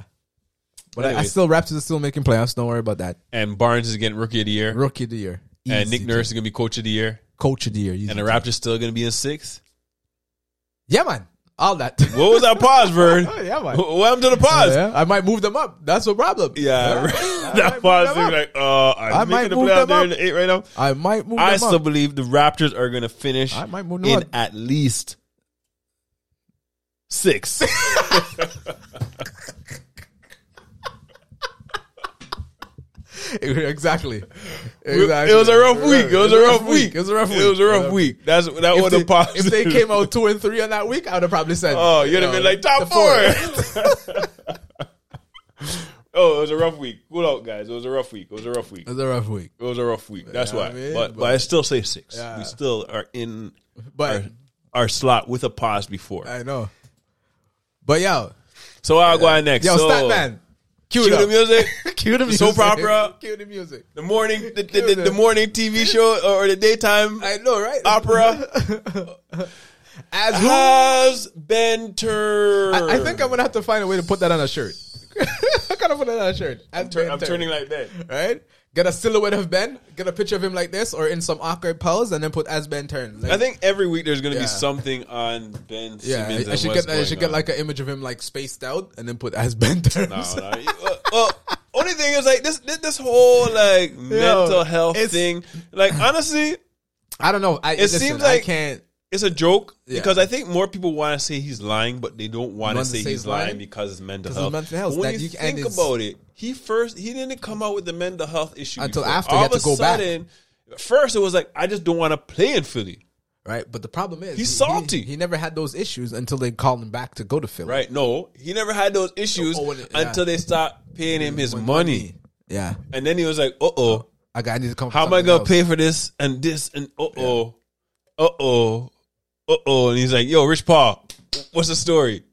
Speaker 2: But I, I
Speaker 1: Anyways.
Speaker 2: still Raptors are still making playoffs. Don't worry about that.
Speaker 1: And Barnes is getting rookie of the year.
Speaker 2: Rookie of the year
Speaker 1: And
Speaker 2: Easy
Speaker 1: Nick Nurse is gonna be coach of the year.
Speaker 2: to- coach of the year, Easy
Speaker 1: And the
Speaker 2: to-
Speaker 1: Raptors still gonna be in sixth.
Speaker 2: Yeah, man. All that.
Speaker 1: What was that pause, Vern?
Speaker 2: Oh, yeah, man.
Speaker 1: Welcome to the pause.
Speaker 2: Yeah, I might move them up. That's the problem.
Speaker 1: Yeah,
Speaker 2: I
Speaker 1: that
Speaker 2: might move
Speaker 1: pause.
Speaker 2: them
Speaker 1: is
Speaker 2: up.
Speaker 1: Like, uh, I'm
Speaker 2: I might
Speaker 1: making the
Speaker 2: move
Speaker 1: playoffs.
Speaker 2: them
Speaker 1: They're
Speaker 2: up.
Speaker 1: in the eight right now.
Speaker 2: I might move
Speaker 1: I
Speaker 2: them
Speaker 1: still
Speaker 2: up.
Speaker 1: believe the Raptors are going to finish
Speaker 2: I might move them
Speaker 1: in
Speaker 2: up.
Speaker 1: at least six.
Speaker 2: exactly.
Speaker 1: It was a rough week. It was a rough week.
Speaker 2: It was a rough week.
Speaker 1: It was a rough week. That's that
Speaker 2: If
Speaker 1: was the
Speaker 2: they-
Speaker 1: pause.
Speaker 2: If they came out two and three on that week, I would have probably said,
Speaker 1: oh, you'd have
Speaker 2: know,
Speaker 1: been like
Speaker 2: the
Speaker 1: top four. oh, it was a rough week. Cool out, guys. It was a rough week. It was a rough week.
Speaker 2: It was a rough week.
Speaker 1: It was a rough week. That's
Speaker 2: Yeah,
Speaker 1: why.
Speaker 2: I mean,
Speaker 1: but, but
Speaker 2: but-
Speaker 1: I still say six.
Speaker 2: Yeah.
Speaker 1: We still are in
Speaker 2: But
Speaker 1: our slot with a pause before.
Speaker 2: I know. But yo,
Speaker 1: So I'll go on next.
Speaker 2: yo,
Speaker 1: so,
Speaker 2: Statman. Cue,
Speaker 1: Cue
Speaker 2: it
Speaker 1: the
Speaker 2: up.
Speaker 1: music.
Speaker 2: Cue the music.
Speaker 1: soap opera.
Speaker 2: Cue the music.
Speaker 1: The morning, the, the,
Speaker 2: Cue
Speaker 1: the, the
Speaker 2: the-
Speaker 1: morning TV show or the daytime
Speaker 2: I know, right?
Speaker 1: opera Ah.
Speaker 2: As who?
Speaker 1: has been turned.
Speaker 2: I think I'm gonna have to find a way to put that on a shirt. I gotta put that on a shirt. I'm,
Speaker 1: Tur- I'm turning like that.
Speaker 2: right. Get a silhouette of Ben. Get a picture of him like this, or in some awkward pose, and then put as Ben turns. Like,
Speaker 1: I think every week there's going to
Speaker 2: Yeah.
Speaker 1: be something on Ben Simmons.
Speaker 2: yeah, I- I,
Speaker 1: and
Speaker 2: should
Speaker 1: what's
Speaker 2: get I
Speaker 1: going
Speaker 2: should get
Speaker 1: on.
Speaker 2: like an image of him like spaced out, and then put as Ben turns.
Speaker 1: No, no, you- well, well, only thing is like this this, this whole like mental health
Speaker 2: it's-
Speaker 1: thing. Like honestly,
Speaker 2: I don't know. I, it
Speaker 1: seems
Speaker 2: seems
Speaker 1: like-
Speaker 2: I can't.
Speaker 1: it's a joke
Speaker 2: Yeah.
Speaker 1: because I think more people want to say he's lying, but they don't want
Speaker 2: Want
Speaker 1: to
Speaker 2: to say
Speaker 1: say he's
Speaker 2: he's
Speaker 1: lying
Speaker 2: lying?
Speaker 1: because it's mental
Speaker 2: 'Cause it's
Speaker 1: health.
Speaker 2: mental health,
Speaker 1: But when
Speaker 2: that
Speaker 1: you
Speaker 2: you- and
Speaker 1: think
Speaker 2: it's-
Speaker 1: about it, he first he didn't come out with the mental health issue
Speaker 2: Until
Speaker 1: before.
Speaker 2: after he had
Speaker 1: of
Speaker 2: to go back.
Speaker 1: back. First, it was like I just don't want to play in Philly.
Speaker 2: Right, but the problem is
Speaker 1: He's
Speaker 2: he-
Speaker 1: salty.
Speaker 2: He, he never had those issues until they called him back to go to Philly.
Speaker 1: Right? No, he never had those issues
Speaker 2: Oh, when it- yeah. Mm,
Speaker 1: until they start paying him his money.
Speaker 2: Yeah,
Speaker 1: and then he was like, "Uh oh,
Speaker 2: I got. I need to come. up
Speaker 1: how am
Speaker 2: with
Speaker 1: I gonna
Speaker 2: something
Speaker 1: pay for this and this and uh oh, uh oh, uh oh?" And he's like, "Yo, Rich Paul, what's the story?"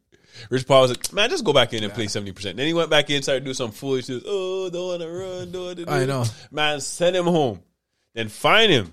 Speaker 1: Rich Paul was like, "Man, just go back in and play seventy percent." Then he went back in, started to do some foolishness. Oh, don't want to run, don't want to. Do
Speaker 2: I know.
Speaker 1: Man, send him home, then find him.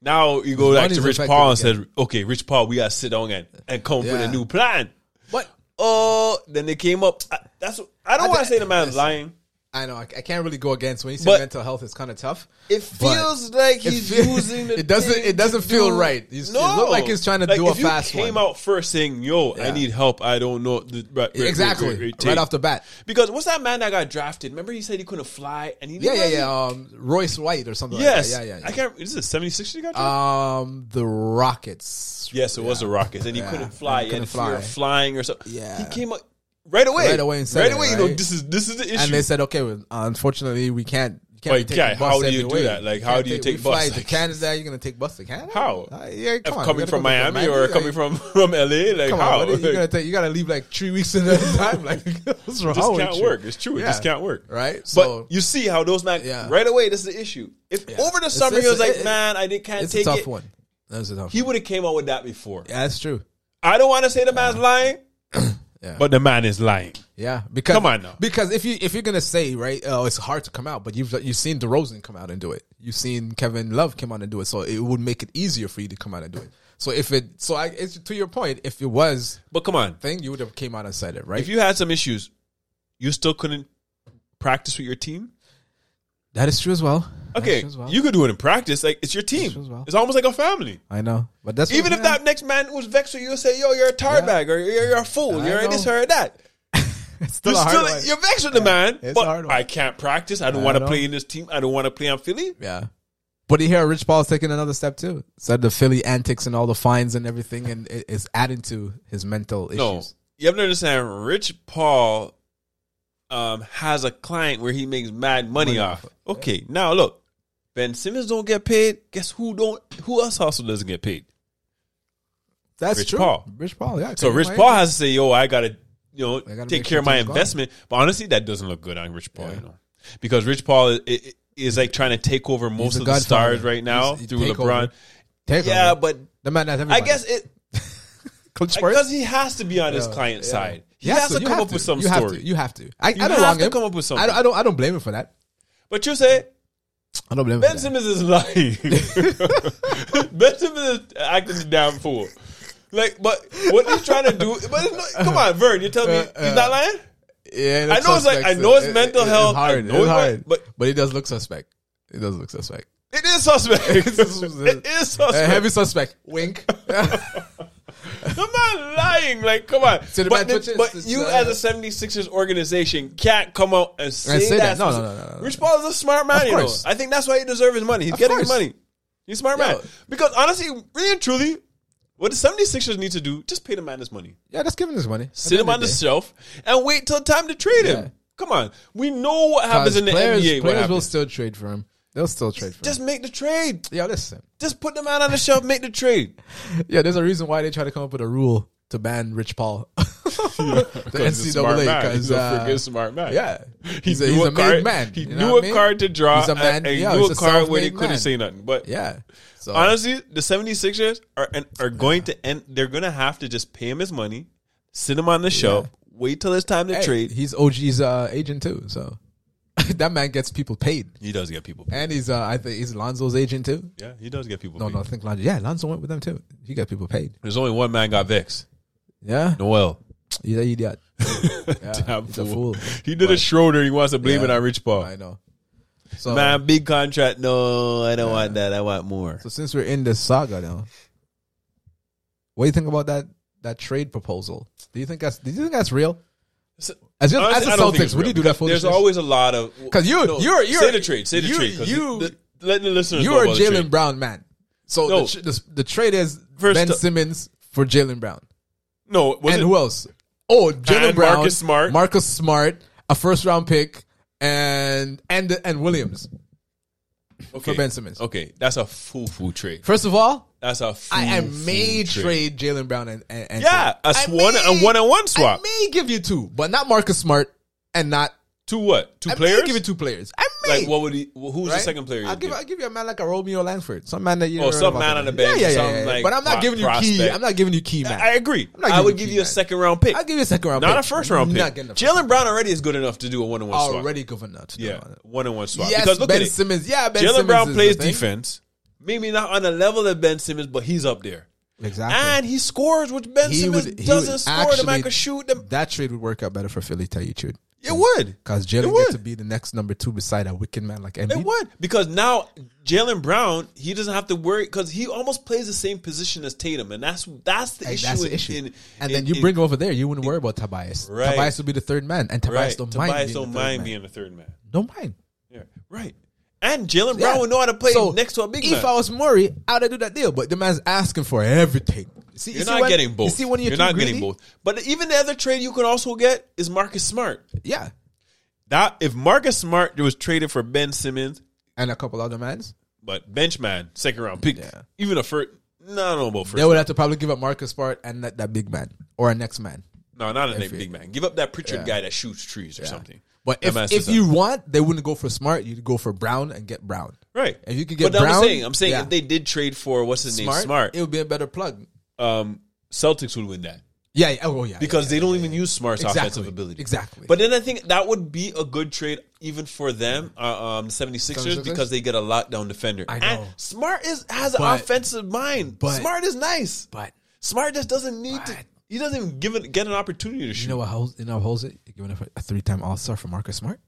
Speaker 1: Now you go back
Speaker 2: money's
Speaker 1: to Rich
Speaker 2: affected
Speaker 1: Paul and
Speaker 2: again.
Speaker 1: said, "Okay, Rich Paul, we gotta sit down and and come up with a
Speaker 2: Yeah.
Speaker 1: new plan."
Speaker 2: else. But
Speaker 1: Oh, then they came up. I, that's I don't
Speaker 2: I
Speaker 1: want to
Speaker 2: think-
Speaker 1: say the man's lying.
Speaker 2: I know I, I can't really go against when you say
Speaker 1: But-
Speaker 2: mental health is kind of tough.
Speaker 1: It
Speaker 2: But
Speaker 1: feels like
Speaker 2: it
Speaker 1: he's
Speaker 2: feel-
Speaker 1: using the
Speaker 2: it doesn't-
Speaker 1: thing
Speaker 2: it doesn't
Speaker 1: to
Speaker 2: feel
Speaker 1: do-
Speaker 2: right. He's- it look like he's trying to do a
Speaker 1: if you
Speaker 2: fast
Speaker 1: came
Speaker 2: one.
Speaker 1: out first saying, "Yo, I
Speaker 2: Yeah.
Speaker 1: need help. I don't know." The, right, right,
Speaker 2: Exactly,
Speaker 1: right, right, right,
Speaker 2: right
Speaker 1: take.
Speaker 2: off the bat.
Speaker 1: because what's that man that got drafted? Remember, he said he couldn't fly, and he
Speaker 2: Yeah, yeah, yeah. Um, Royce White or something.
Speaker 1: yes,
Speaker 2: like that. yeah, yeah.
Speaker 1: I can't. Is it seventy six? He got drafted.
Speaker 2: yeah. Um, the Rockets.
Speaker 1: yes, it was the Rockets, and he
Speaker 2: Yeah.
Speaker 1: couldn't fly.
Speaker 2: He
Speaker 1: and
Speaker 2: couldn't
Speaker 1: if you were
Speaker 2: fly.
Speaker 1: flying or something,
Speaker 2: Yeah.
Speaker 1: he came out right away.
Speaker 2: Right away and said
Speaker 1: right
Speaker 2: it,
Speaker 1: away. You know,
Speaker 2: right?
Speaker 1: this is this is the issue.
Speaker 2: And they said, okay, well, unfortunately, we can't. You can't
Speaker 1: Like,
Speaker 2: take
Speaker 1: yeah,
Speaker 2: the bus
Speaker 1: how do you
Speaker 2: every
Speaker 1: do
Speaker 2: way.
Speaker 1: that? Like,
Speaker 2: You
Speaker 1: how
Speaker 2: can't
Speaker 1: do you take
Speaker 2: we
Speaker 1: bus?
Speaker 2: fly to
Speaker 1: Like-
Speaker 2: Canada? You're gonna take bus to Canada?
Speaker 1: How?
Speaker 2: Uh, yeah, come on,
Speaker 1: coming
Speaker 2: you gotta go to
Speaker 1: from Miami, or
Speaker 2: like,
Speaker 1: coming from from LA, like
Speaker 2: Come
Speaker 1: how?
Speaker 2: on, what are you- you're gonna
Speaker 1: Like,
Speaker 2: take. You gotta leave like three weeks in at a time. Like, what's wrong
Speaker 1: this
Speaker 2: with
Speaker 1: can't
Speaker 2: you?
Speaker 1: work. It's true. It
Speaker 2: Yeah.
Speaker 1: just can't work.
Speaker 2: right? So
Speaker 1: But you see how those man
Speaker 2: Yeah.
Speaker 1: right away. This is the issue. If
Speaker 2: Yeah.
Speaker 1: over the
Speaker 2: It's-
Speaker 1: summer he
Speaker 2: it's-
Speaker 1: was like,
Speaker 2: it-
Speaker 1: "Man, I didn't can't
Speaker 2: it's a
Speaker 1: take
Speaker 2: tough
Speaker 1: it,"
Speaker 2: one. That's a tough.
Speaker 1: he
Speaker 2: one.
Speaker 1: would have came out with that before.
Speaker 2: Yeah, that's true.
Speaker 1: I don't want to say the man's lying,
Speaker 2: Yeah.
Speaker 1: but the man is lying.
Speaker 2: Yeah, because
Speaker 1: Come on now.
Speaker 2: because if you if you're gonna say right, oh, it's hard to come out, but you've you've seen DeRozan come out and do it. You've seen Kevin Love come out and do it, so it would make it easier for you to come out and do it. So if it, so I, it's to your point, if it was
Speaker 1: But come on,
Speaker 2: thing, you would have came out and said it, right?
Speaker 1: if you had some issues, you still couldn't practice with your team.
Speaker 2: that is true as well. That is
Speaker 1: Okay,
Speaker 2: true as well.
Speaker 1: you could do it in practice. Like it's your
Speaker 2: true as
Speaker 1: team.
Speaker 2: well.
Speaker 1: It's almost like a family.
Speaker 2: I know, but that's
Speaker 1: Even if that next man was vexed with you, and say, "Yo, you're a tardbag, or you're, you're a fool,
Speaker 2: I
Speaker 1: you're
Speaker 2: know.
Speaker 1: this or that."
Speaker 2: it's still
Speaker 1: You're
Speaker 2: a hard
Speaker 1: still
Speaker 2: one.
Speaker 1: you're vexed with the man,
Speaker 2: it's a
Speaker 1: but
Speaker 2: hard one.
Speaker 1: I can't practice. I don't want to
Speaker 2: know.
Speaker 1: play in this team. I don't want to play on Philly.
Speaker 2: yeah. But you hear Rich Paul's taking another step too. So the Philly antics and all the fines and everything, and it is adding to his mental issues.
Speaker 1: No, you have to understand. Rich Paul um, has a client where he makes mad money,
Speaker 2: Money
Speaker 1: off.
Speaker 2: off it.
Speaker 1: Okay, now look, Ben Simmons don't get paid. Guess who don't? Who else also doesn't get paid?
Speaker 2: That's
Speaker 1: Rich
Speaker 2: true.
Speaker 1: Paul.
Speaker 2: Rich Paul, yeah.
Speaker 1: So Rich Paul has to say, "Yo, I gotta, you know,
Speaker 2: gotta
Speaker 1: take
Speaker 2: make
Speaker 1: care
Speaker 2: sure
Speaker 1: of my
Speaker 2: things go.
Speaker 1: investment." But honestly, that doesn't look good on Rich Paul, you know, because Rich Paul is, i- is like trying to take over most
Speaker 2: a
Speaker 1: of the stars
Speaker 2: godfather.
Speaker 1: right now
Speaker 2: He's- he
Speaker 1: through
Speaker 2: take
Speaker 1: LeBron.
Speaker 2: over. Take
Speaker 1: Yeah,
Speaker 2: over.
Speaker 1: but
Speaker 2: the man has
Speaker 1: I
Speaker 2: everybody.
Speaker 1: guess it
Speaker 2: Coach Spurs.
Speaker 1: because he has to be on his
Speaker 2: Yeah,
Speaker 1: client
Speaker 2: yeah.
Speaker 1: side. He
Speaker 2: Yeah,
Speaker 1: has
Speaker 2: so
Speaker 1: to
Speaker 2: you
Speaker 1: come
Speaker 2: have
Speaker 1: up with some
Speaker 2: you Have
Speaker 1: story.
Speaker 2: to. You have to. I, I
Speaker 1: You
Speaker 2: don't
Speaker 1: have
Speaker 2: wrong
Speaker 1: to
Speaker 2: him.
Speaker 1: come up
Speaker 2: I
Speaker 1: with something.
Speaker 2: don't, I don't. I don't blame him for that.
Speaker 1: But you say
Speaker 2: I don't blame him.
Speaker 1: Ben
Speaker 2: For that.
Speaker 1: Simmons is lying. ben Simmons is acting a damn fool. Like, but what he's trying to do? But it's not, come on, Vern, you tell me
Speaker 2: Uh, uh,
Speaker 1: he's not lying.
Speaker 2: Yeah, it
Speaker 1: I
Speaker 2: looks
Speaker 1: know it's like-
Speaker 2: suspect,
Speaker 1: I know it's
Speaker 2: so it-
Speaker 1: mental
Speaker 2: it- it's
Speaker 1: health, I
Speaker 2: Hard.
Speaker 1: know
Speaker 2: it's
Speaker 1: it,
Speaker 2: hard.
Speaker 1: but-
Speaker 2: But it does look suspect. It does look suspect.
Speaker 1: It is suspect. it is
Speaker 2: A
Speaker 1: suspect.
Speaker 2: heavy suspect. Wink.
Speaker 1: The man lying. Like, come on.
Speaker 2: the
Speaker 1: but
Speaker 2: man
Speaker 1: the-
Speaker 2: twitches,
Speaker 1: but
Speaker 2: it's,
Speaker 1: you,
Speaker 2: uh,
Speaker 1: as a 76ers organization, can't come out and say,
Speaker 2: say that.
Speaker 1: that.
Speaker 2: No, no, no, no, no.
Speaker 1: Rich Paul is a smart man,
Speaker 2: Of
Speaker 1: you know.
Speaker 2: course.
Speaker 1: I think that's why he deserves his money. He's getting his
Speaker 2: course.
Speaker 1: money. He's a smart
Speaker 2: Yo.
Speaker 1: man. Because honestly, really and truly, what the 76ers need to do, just pay the man his money.
Speaker 2: yeah, just give him his money.
Speaker 1: Sit him on the shelf and wait till time to trade
Speaker 2: Yeah.
Speaker 1: him. Come on. We know what happens in the
Speaker 2: Uh, players,
Speaker 1: NBA. what
Speaker 2: Players will
Speaker 1: happens.
Speaker 2: still trade for him. They'll still trade for
Speaker 1: Just
Speaker 2: him.
Speaker 1: make the trade.
Speaker 2: Yeah, listen.
Speaker 1: Just put the man on the shelf, make the trade.
Speaker 2: Yeah, there's a reason why they try to come up with a rule to ban Rich Paul. the
Speaker 1: He's a smart man.
Speaker 2: because
Speaker 1: He's a
Speaker 2: uh,
Speaker 1: freaking smart man.
Speaker 2: yeah, he's a,
Speaker 1: knew
Speaker 2: he's a,
Speaker 1: card,
Speaker 2: made man.
Speaker 1: He
Speaker 2: you know
Speaker 1: knew
Speaker 2: what
Speaker 1: a
Speaker 2: I mean?
Speaker 1: card to draw.
Speaker 2: He's a man.
Speaker 1: And, and
Speaker 2: yeah,
Speaker 1: knew
Speaker 2: he's
Speaker 1: a card where he
Speaker 2: self-made
Speaker 1: couldn't
Speaker 2: man.
Speaker 1: say nothing. But
Speaker 2: Yeah. So
Speaker 1: honestly, the 76ers are and are going to end. They're going to have to just pay him his money, sit him on the shelf, wait till it's time to
Speaker 2: hey,
Speaker 1: trade.
Speaker 2: He's OG's uh, agent too. So that man gets people paid,
Speaker 1: He does get people.
Speaker 2: and he's uh, I think he's Lonzo's agent too.
Speaker 1: Yeah, he does get people.
Speaker 2: No,
Speaker 1: paid.
Speaker 2: no, I think Lonzo. Yeah, Lonzo went with them too. He got people paid.
Speaker 1: There's only one man got vexed.
Speaker 2: Yeah,
Speaker 1: Noel.
Speaker 2: he's an idiot.
Speaker 1: Damn
Speaker 2: he's a
Speaker 1: fool.
Speaker 2: fool.
Speaker 1: He did a Schroeder. He wants to blame
Speaker 2: Yeah.
Speaker 1: it on Rich Paul.
Speaker 2: I know. So
Speaker 1: Man, big contract. No, I don't want that. I want more.
Speaker 2: So since we're in this saga now, what do you think about that that trade proposal? Do you think that's do you think that's real?
Speaker 1: So-
Speaker 2: As, your-
Speaker 1: Honestly,
Speaker 2: as
Speaker 1: I
Speaker 2: a
Speaker 1: don't think it's
Speaker 2: Celtics, would
Speaker 1: real
Speaker 2: you do that for?
Speaker 1: There's always a lot of Oh,
Speaker 2: 'Cause you- you're- you're-
Speaker 1: say the trade, say the
Speaker 2: you-
Speaker 1: trade. 'cause
Speaker 2: you-
Speaker 1: the- the- let the listeners
Speaker 2: you
Speaker 1: know
Speaker 2: are
Speaker 1: about the trade.
Speaker 2: Jalen Brown man. So
Speaker 1: No.
Speaker 2: the, tr- the the trade is
Speaker 1: First
Speaker 2: Ben
Speaker 1: to-
Speaker 2: Simmons for Jalen Brown
Speaker 1: No, was
Speaker 2: and
Speaker 1: it,
Speaker 2: who else? Oh, Jalen
Speaker 1: And
Speaker 2: Brown,
Speaker 1: Marcus Smart.
Speaker 2: Marcus Smart, a first round pick, and and and Williams
Speaker 1: okay.
Speaker 2: for Ben Simmons.
Speaker 1: Okay, that's a foo foo trade.
Speaker 2: First of all,
Speaker 1: That's a foo
Speaker 2: I am may trade Jalen Brown and, and, and
Speaker 1: Yeah, a
Speaker 2: I
Speaker 1: one
Speaker 2: may-
Speaker 1: and one and one swap.
Speaker 2: I may give you two, but not Marcus Smart and not
Speaker 1: two what? Two
Speaker 2: I
Speaker 1: players?
Speaker 2: May give you two players. I may.
Speaker 1: Like what would he? Who's the
Speaker 2: right?
Speaker 1: second player?
Speaker 2: I'll
Speaker 1: you'd
Speaker 2: give,
Speaker 1: give?
Speaker 2: I'll give you a man like a Romeo Langford, some man that you.
Speaker 1: Oh,
Speaker 2: never heard
Speaker 1: some
Speaker 2: about
Speaker 1: man
Speaker 2: that.
Speaker 1: on the bench,
Speaker 2: Yeah, yeah, yeah.
Speaker 1: some,
Speaker 2: yeah.
Speaker 1: like,
Speaker 2: but I'm not
Speaker 1: pro-
Speaker 2: giving you key.
Speaker 1: prospect.
Speaker 2: I'm not giving you key man.
Speaker 1: I agree.
Speaker 2: not
Speaker 1: I would
Speaker 2: giving
Speaker 1: give
Speaker 2: you
Speaker 1: you a
Speaker 2: that.
Speaker 1: second round pick,
Speaker 2: I'll give you a second round.
Speaker 1: not
Speaker 2: pick.
Speaker 1: a first round
Speaker 2: Not
Speaker 1: pick.
Speaker 2: getting a first
Speaker 1: Jalen Brown already is good enough to do a one on one swap.
Speaker 2: already governor. To
Speaker 1: Yeah,
Speaker 2: them.
Speaker 1: one on one swap.
Speaker 2: Yes,
Speaker 1: because look
Speaker 2: Ben
Speaker 1: at it.
Speaker 2: Simmons. Yeah, Ben
Speaker 1: Jalen
Speaker 2: Simmons
Speaker 1: Brown
Speaker 2: is
Speaker 1: plays
Speaker 2: the thing.
Speaker 1: defense, maybe not on the level of Ben Simmons, but he's up there.
Speaker 2: Exactly.
Speaker 1: And he scores, which Ben
Speaker 2: He
Speaker 1: Simmons
Speaker 2: would- he
Speaker 1: doesn't
Speaker 2: would
Speaker 1: score. The man
Speaker 2: actually-
Speaker 1: can shoot. The,
Speaker 2: that trade would work out better for Philly. Tell you the truth,
Speaker 1: it would.
Speaker 2: because
Speaker 1: It
Speaker 2: Jalen
Speaker 1: would.
Speaker 2: get to be the next number two beside a wicked man like
Speaker 1: It
Speaker 2: Embiid.
Speaker 1: would because now Jalen Brown he doesn't have to worry because he almost plays the same position as Tatum, and that's that's the
Speaker 2: Like,
Speaker 1: issue.
Speaker 2: that's the
Speaker 1: in-
Speaker 2: issue.
Speaker 1: in-
Speaker 2: and
Speaker 1: in-
Speaker 2: then you
Speaker 1: in-
Speaker 2: bring him over there. You wouldn't worry about Tobias.
Speaker 1: Right.
Speaker 2: Tobias would be the third man, and Tobias
Speaker 1: right.
Speaker 2: don't mind.
Speaker 1: Tobias
Speaker 2: being
Speaker 1: don't
Speaker 2: the third
Speaker 1: mind
Speaker 2: man.
Speaker 1: being the third man.
Speaker 2: Don't mind.
Speaker 1: Yeah, right. And Jalen Brown will know how to play
Speaker 2: So,
Speaker 1: next to a big
Speaker 2: if
Speaker 1: man.
Speaker 2: I was Murray, I'd do that deal. But the man's asking for everything. See, you
Speaker 1: you're
Speaker 2: see
Speaker 1: not
Speaker 2: when-
Speaker 1: getting
Speaker 2: You
Speaker 1: both.
Speaker 2: see when you're,
Speaker 1: you're
Speaker 2: too
Speaker 1: not
Speaker 2: greedy?
Speaker 1: getting both. But even the other trade you can also get is Marcus Smart.
Speaker 2: Yeah,
Speaker 1: That if Marcus Smart was traded for Ben Simmons,
Speaker 2: and a couple other mans.
Speaker 1: but bench man, second round pick,
Speaker 2: Yeah.
Speaker 1: even a first. No, no, about first.
Speaker 2: They would have to probably give up Marcus Smart and that, that big man or a next man.
Speaker 1: no, not a big man. Give up that Pritchard guy that shoots trees or something.
Speaker 2: But
Speaker 1: That man
Speaker 2: if, if
Speaker 1: says
Speaker 2: you want, they wouldn't go for Smart. You'd go for Brown and get Brown.
Speaker 1: uh, Right.
Speaker 2: If you could
Speaker 1: But
Speaker 2: get
Speaker 1: I'm
Speaker 2: Brown-
Speaker 1: saying, I'm saying
Speaker 2: Yeah.
Speaker 1: if they did trade for what's his name, Smart,
Speaker 2: It would be a better plug.
Speaker 1: um, Celtics would win that
Speaker 2: Yeah. yeah oh, yeah.
Speaker 1: because they don't even use Smart's
Speaker 2: Exactly.
Speaker 1: offensive ability.
Speaker 2: Exactly.
Speaker 1: But then I think that would be a good trade even for them, uh, um, 76ers,
Speaker 2: 76ers?
Speaker 1: because they get a lockdown defender.
Speaker 2: I
Speaker 1: And
Speaker 2: know.
Speaker 1: Smart is has an
Speaker 2: But-
Speaker 1: offensive mind.
Speaker 2: but-
Speaker 1: Smart is nice.
Speaker 2: but
Speaker 1: Smart just doesn't need to.
Speaker 2: But-
Speaker 1: He doesn't even give it, get an opportunity to shoot.
Speaker 2: you know what holds? You know what holds it? You're giving up a three time All Star for Marcus Smart.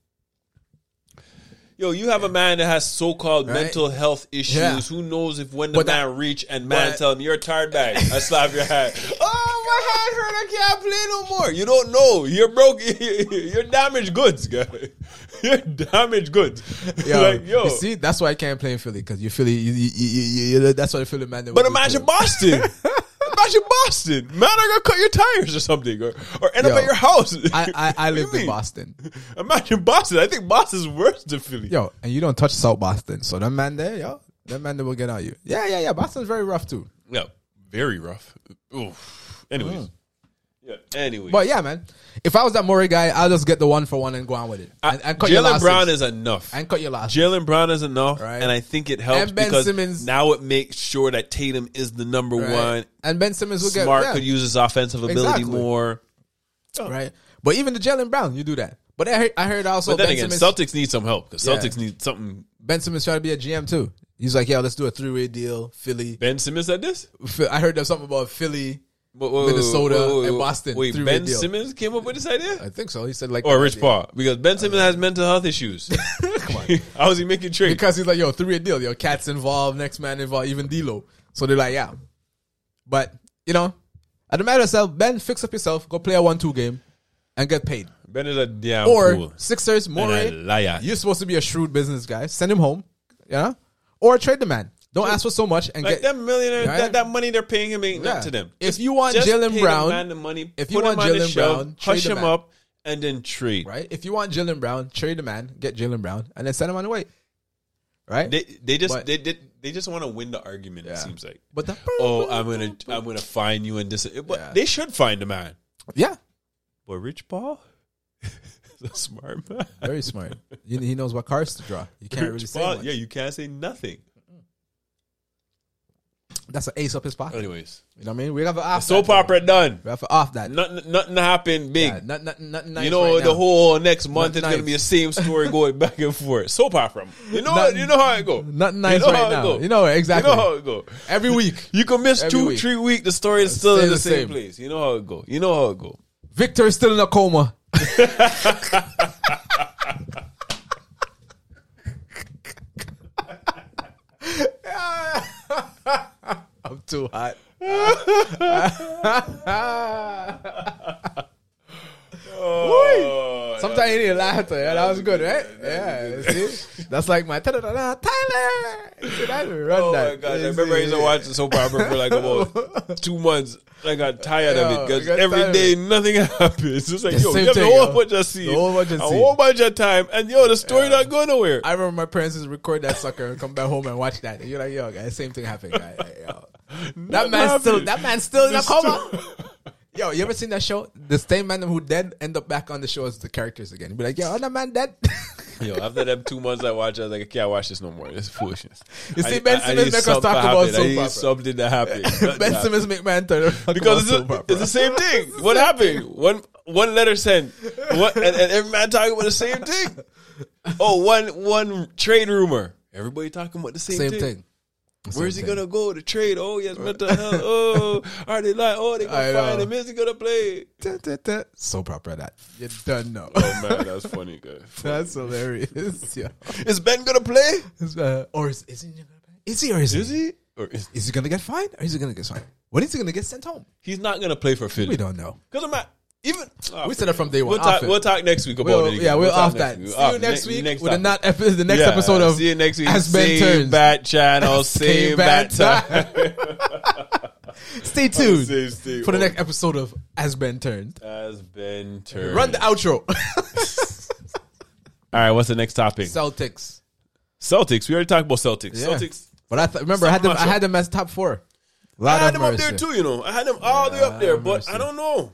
Speaker 1: Yo, you have a man that has so-called
Speaker 2: Right.
Speaker 1: mental health issues.
Speaker 2: Yeah.
Speaker 1: Who knows if when the
Speaker 2: But that-
Speaker 1: man reach and man
Speaker 2: but-
Speaker 1: tell him you're a tired bag, I slap your hand. oh my hand hurt. I can't play no more. You don't know. You're broke. You're damaged goods, guy. You're damaged goods.
Speaker 2: Yo,
Speaker 1: like yo.
Speaker 2: You see, that's why I can't play in Philly because you Philly. You, you, you, you, you- that's why Philly man.
Speaker 1: But imagine Boston. imagine Boston. Man, I gotta cut your tires or something, or, or end
Speaker 2: Yo,
Speaker 1: up at your house.
Speaker 2: I I, I
Speaker 1: What do you
Speaker 2: lived in
Speaker 1: mean?
Speaker 2: Boston.
Speaker 1: Imagine Boston. I think Boston's worse than Philly.
Speaker 2: Yo, and you don't touch South Boston, so that man there, yo, that man there will get on you. Yeah, yeah, yeah. Boston's very rough too.
Speaker 1: Yeah, very rough. Oof. Anyways. Yeah. Anyway.
Speaker 2: Mm. But yeah, man, if I was that Murray guy, I'll just get the one for one and go on with it. And, and cut your
Speaker 1: Jalen
Speaker 2: losses.
Speaker 1: Brown is enough.
Speaker 2: and cut your losses.
Speaker 1: Jalen Brown is enough,
Speaker 2: Right.
Speaker 1: and I think it helps
Speaker 2: And Ben
Speaker 1: because
Speaker 2: Simmons.
Speaker 1: now it makes sure that Tatum is the number
Speaker 2: right?
Speaker 1: one.
Speaker 2: And Ben Simmons will
Speaker 1: Smart
Speaker 2: get
Speaker 1: could
Speaker 2: yeah,
Speaker 1: use his offensive ability
Speaker 2: Exactly.
Speaker 1: more. Oh.
Speaker 2: right. But even the Jalen Brown, you do that. But I heard, I heard also
Speaker 1: But then
Speaker 2: Ben
Speaker 1: again,
Speaker 2: Simmons.
Speaker 1: Celtics need some help because
Speaker 2: Yeah.
Speaker 1: Celtics need something.
Speaker 2: Ben Simmons tried to be a GM too. He's like, yo, let's do a three way deal. Philly.
Speaker 1: Ben Simmons said this.
Speaker 2: Phi- I heard there's something about Philly.
Speaker 1: Wait, wait, wait,
Speaker 2: Minnesota
Speaker 1: wait, wait,
Speaker 2: and
Speaker 1: wait.
Speaker 2: Boston,
Speaker 1: Wait,
Speaker 2: three-way
Speaker 1: Ben
Speaker 2: deal.
Speaker 1: Simmons came up with this idea,
Speaker 2: I think so. He said like,
Speaker 1: or Rich Paul? Because Ben Simmons has mental health issues. Come on, how is he making trades?
Speaker 2: because he's like, yo, three way deal. Yo, cats involved, next man involved, even D'Lo. So they're like, yeah. But you know, at the matter of self, Ben, fix up yourself, go play a one two game, and get paid.
Speaker 1: Ben is a damn
Speaker 2: Or
Speaker 1: fool
Speaker 2: Sixers,
Speaker 1: and a
Speaker 2: Morey,
Speaker 1: liar.
Speaker 2: you're supposed to be a shrewd business guy. Send him home, yeah. Or trade the man. Don't ask for so much and
Speaker 1: like
Speaker 2: get.
Speaker 1: that millionaire,
Speaker 2: Right?
Speaker 1: that, that money they're paying him ain't
Speaker 2: Yeah.
Speaker 1: nothing to them.
Speaker 2: If you want
Speaker 1: Just pay
Speaker 2: Jalen
Speaker 1: the
Speaker 2: Brown,
Speaker 1: man the money,
Speaker 2: if you
Speaker 1: put
Speaker 2: want
Speaker 1: him on the
Speaker 2: Jalen
Speaker 1: shelf,
Speaker 2: Brown, trade
Speaker 1: hush
Speaker 2: the
Speaker 1: him
Speaker 2: man.
Speaker 1: up, and then trade.
Speaker 2: right? If you want Jalen Brown, trade the man, get Jalen Brown, and then send him on the way, right?
Speaker 1: They they just
Speaker 2: But-
Speaker 1: they, they they just want to win the argument. It seems like.
Speaker 2: but the,
Speaker 1: Oh, I'm gonna I'm gonna find you and this. But
Speaker 2: Yeah.
Speaker 1: they should find the man.
Speaker 2: yeah,
Speaker 1: But Rich Paul, is a smart man.
Speaker 2: very smart. he, he knows what cards to draw. You can't really
Speaker 1: Rich
Speaker 2: say
Speaker 1: Paul,
Speaker 2: much.
Speaker 1: yeah, you can't say nothing.
Speaker 2: That's an ace up his pocket.
Speaker 1: Anyways,
Speaker 2: You know what I mean? We have an off.
Speaker 1: soap
Speaker 2: that,
Speaker 1: opera done.
Speaker 2: We have an off that.
Speaker 1: Nothing nothing happened big.
Speaker 2: Yeah, not, not, nothing nice
Speaker 1: you know
Speaker 2: right
Speaker 1: the
Speaker 2: now.
Speaker 1: whole next month
Speaker 2: Nothing
Speaker 1: is gonna
Speaker 2: nice.
Speaker 1: be the same story going back and forth. Soap opera. You know
Speaker 2: Nothing-
Speaker 1: you know how it go.
Speaker 2: nothing nice
Speaker 1: you know
Speaker 2: right
Speaker 1: how it
Speaker 2: now.
Speaker 1: go.
Speaker 2: You know exactly.
Speaker 1: You know how it go.
Speaker 2: Every week,
Speaker 1: You can miss
Speaker 2: Every
Speaker 1: two,
Speaker 2: week.
Speaker 1: three weeks. The story is still
Speaker 2: Stay
Speaker 1: in the,
Speaker 2: the
Speaker 1: same,
Speaker 2: same.
Speaker 1: place. You know how it go. You know how it go.
Speaker 2: Victor is still in a coma. I'm too hot.
Speaker 1: Oh,
Speaker 2: Sometimes you need laughter. Yeah, that was good, right? Yeah, you see? that's like my ta-da-da-da, Tyler. You see that? Run
Speaker 1: Oh
Speaker 2: that.
Speaker 1: my god!
Speaker 2: You
Speaker 1: I remember I
Speaker 2: see?
Speaker 1: used to watch the soap opera for like about two months. I got tired
Speaker 2: Yo,
Speaker 1: of it
Speaker 2: I
Speaker 1: because
Speaker 2: got
Speaker 1: every
Speaker 2: tired
Speaker 1: day nothing happens. It's like
Speaker 2: same
Speaker 1: yo, you have a
Speaker 2: thing,
Speaker 1: whole
Speaker 2: yo.
Speaker 1: bunch of scenes,
Speaker 2: The whole bunch
Speaker 1: a
Speaker 2: of
Speaker 1: whole bunch of time, and yo, the story not going nowhere.
Speaker 2: I remember my parents used to record that sucker and come back home and watch that. And you're like, yo, guys, same thing happened, guy. Like, yo. That
Speaker 1: Nothing
Speaker 2: man's still
Speaker 1: happened.
Speaker 2: that man's still in a
Speaker 1: This
Speaker 2: coma. Yo, you ever seen that show? The same man who dead end up back on the show as the characters again. You Be like, yo, oh, that man dead.
Speaker 1: Yo, after them two months I watched, I was like, I can't watch this no more. It's foolishness.
Speaker 2: You see,
Speaker 1: I-
Speaker 2: Ben
Speaker 1: I- I
Speaker 2: Simmons
Speaker 1: need
Speaker 2: make us
Speaker 1: something
Speaker 2: talk
Speaker 1: to
Speaker 2: about
Speaker 1: happen. I
Speaker 2: soap
Speaker 1: need
Speaker 2: opera.
Speaker 1: Something to happen. Nothing
Speaker 2: ben
Speaker 1: happened.
Speaker 2: Simmons McMahon Turner
Speaker 1: because it's, a- it's the same thing. what happened? One one letter sent. What and, and every man talking about the same thing. Oh, one one trade rumor. Everybody talking about the same,
Speaker 2: same
Speaker 1: thing.
Speaker 2: thing.
Speaker 1: Where's
Speaker 2: Same
Speaker 1: he
Speaker 2: thing.
Speaker 1: gonna go to trade? Oh, yes, mental health. Oh, are they like? Oh, they
Speaker 2: I
Speaker 1: gonna
Speaker 2: know.
Speaker 1: find him? Is he gonna play?
Speaker 2: Da, da, da. Soap opera that. You don't know.
Speaker 1: Oh man, that's funny, guy.
Speaker 2: That's hilarious. Yeah.
Speaker 1: Is Ben gonna play?
Speaker 2: It's, uh, or is, is he is he or is,
Speaker 1: Is
Speaker 2: he?
Speaker 1: he? Or is,
Speaker 2: Is he gonna get fined? Or is he gonna get fined? When is he gonna get sent home?
Speaker 1: he's not gonna play for Philly?
Speaker 2: We don't know.
Speaker 1: Because I'm not even. Ah,
Speaker 2: We said that from day one.
Speaker 1: We'll
Speaker 2: Off
Speaker 1: talk,
Speaker 2: it.
Speaker 1: we'll talk next week about
Speaker 2: We'll-
Speaker 1: it. Again.
Speaker 2: yeah, we're
Speaker 1: We'll talk
Speaker 2: off that.
Speaker 1: next week.
Speaker 2: See
Speaker 1: Off
Speaker 2: you next
Speaker 1: ne-
Speaker 2: week
Speaker 1: next
Speaker 2: with the
Speaker 1: topic.
Speaker 2: not epi- the next
Speaker 1: Yeah,
Speaker 2: episode of
Speaker 1: see you next week.
Speaker 2: As Ben
Speaker 1: same
Speaker 2: Turns.
Speaker 1: bat channel,
Speaker 2: Same
Speaker 1: same bat
Speaker 2: bat
Speaker 1: time.
Speaker 2: Stay tuned
Speaker 1: Same thing.
Speaker 2: for the next episode of As Ben Turned.
Speaker 1: As Ben Turns.
Speaker 2: Run the outro.
Speaker 1: All right, what's the next topic?
Speaker 2: Celtics.
Speaker 1: Celtics. We already talked about Celtics.
Speaker 2: Yeah.
Speaker 1: Celtics.
Speaker 2: But I th- remember I had them. I had them as top four.
Speaker 1: I
Speaker 2: Lot
Speaker 1: had
Speaker 2: of
Speaker 1: them
Speaker 2: mercy.
Speaker 1: up there too. You know, I had them all the way up there, but
Speaker 2: mercy.
Speaker 1: I don't know.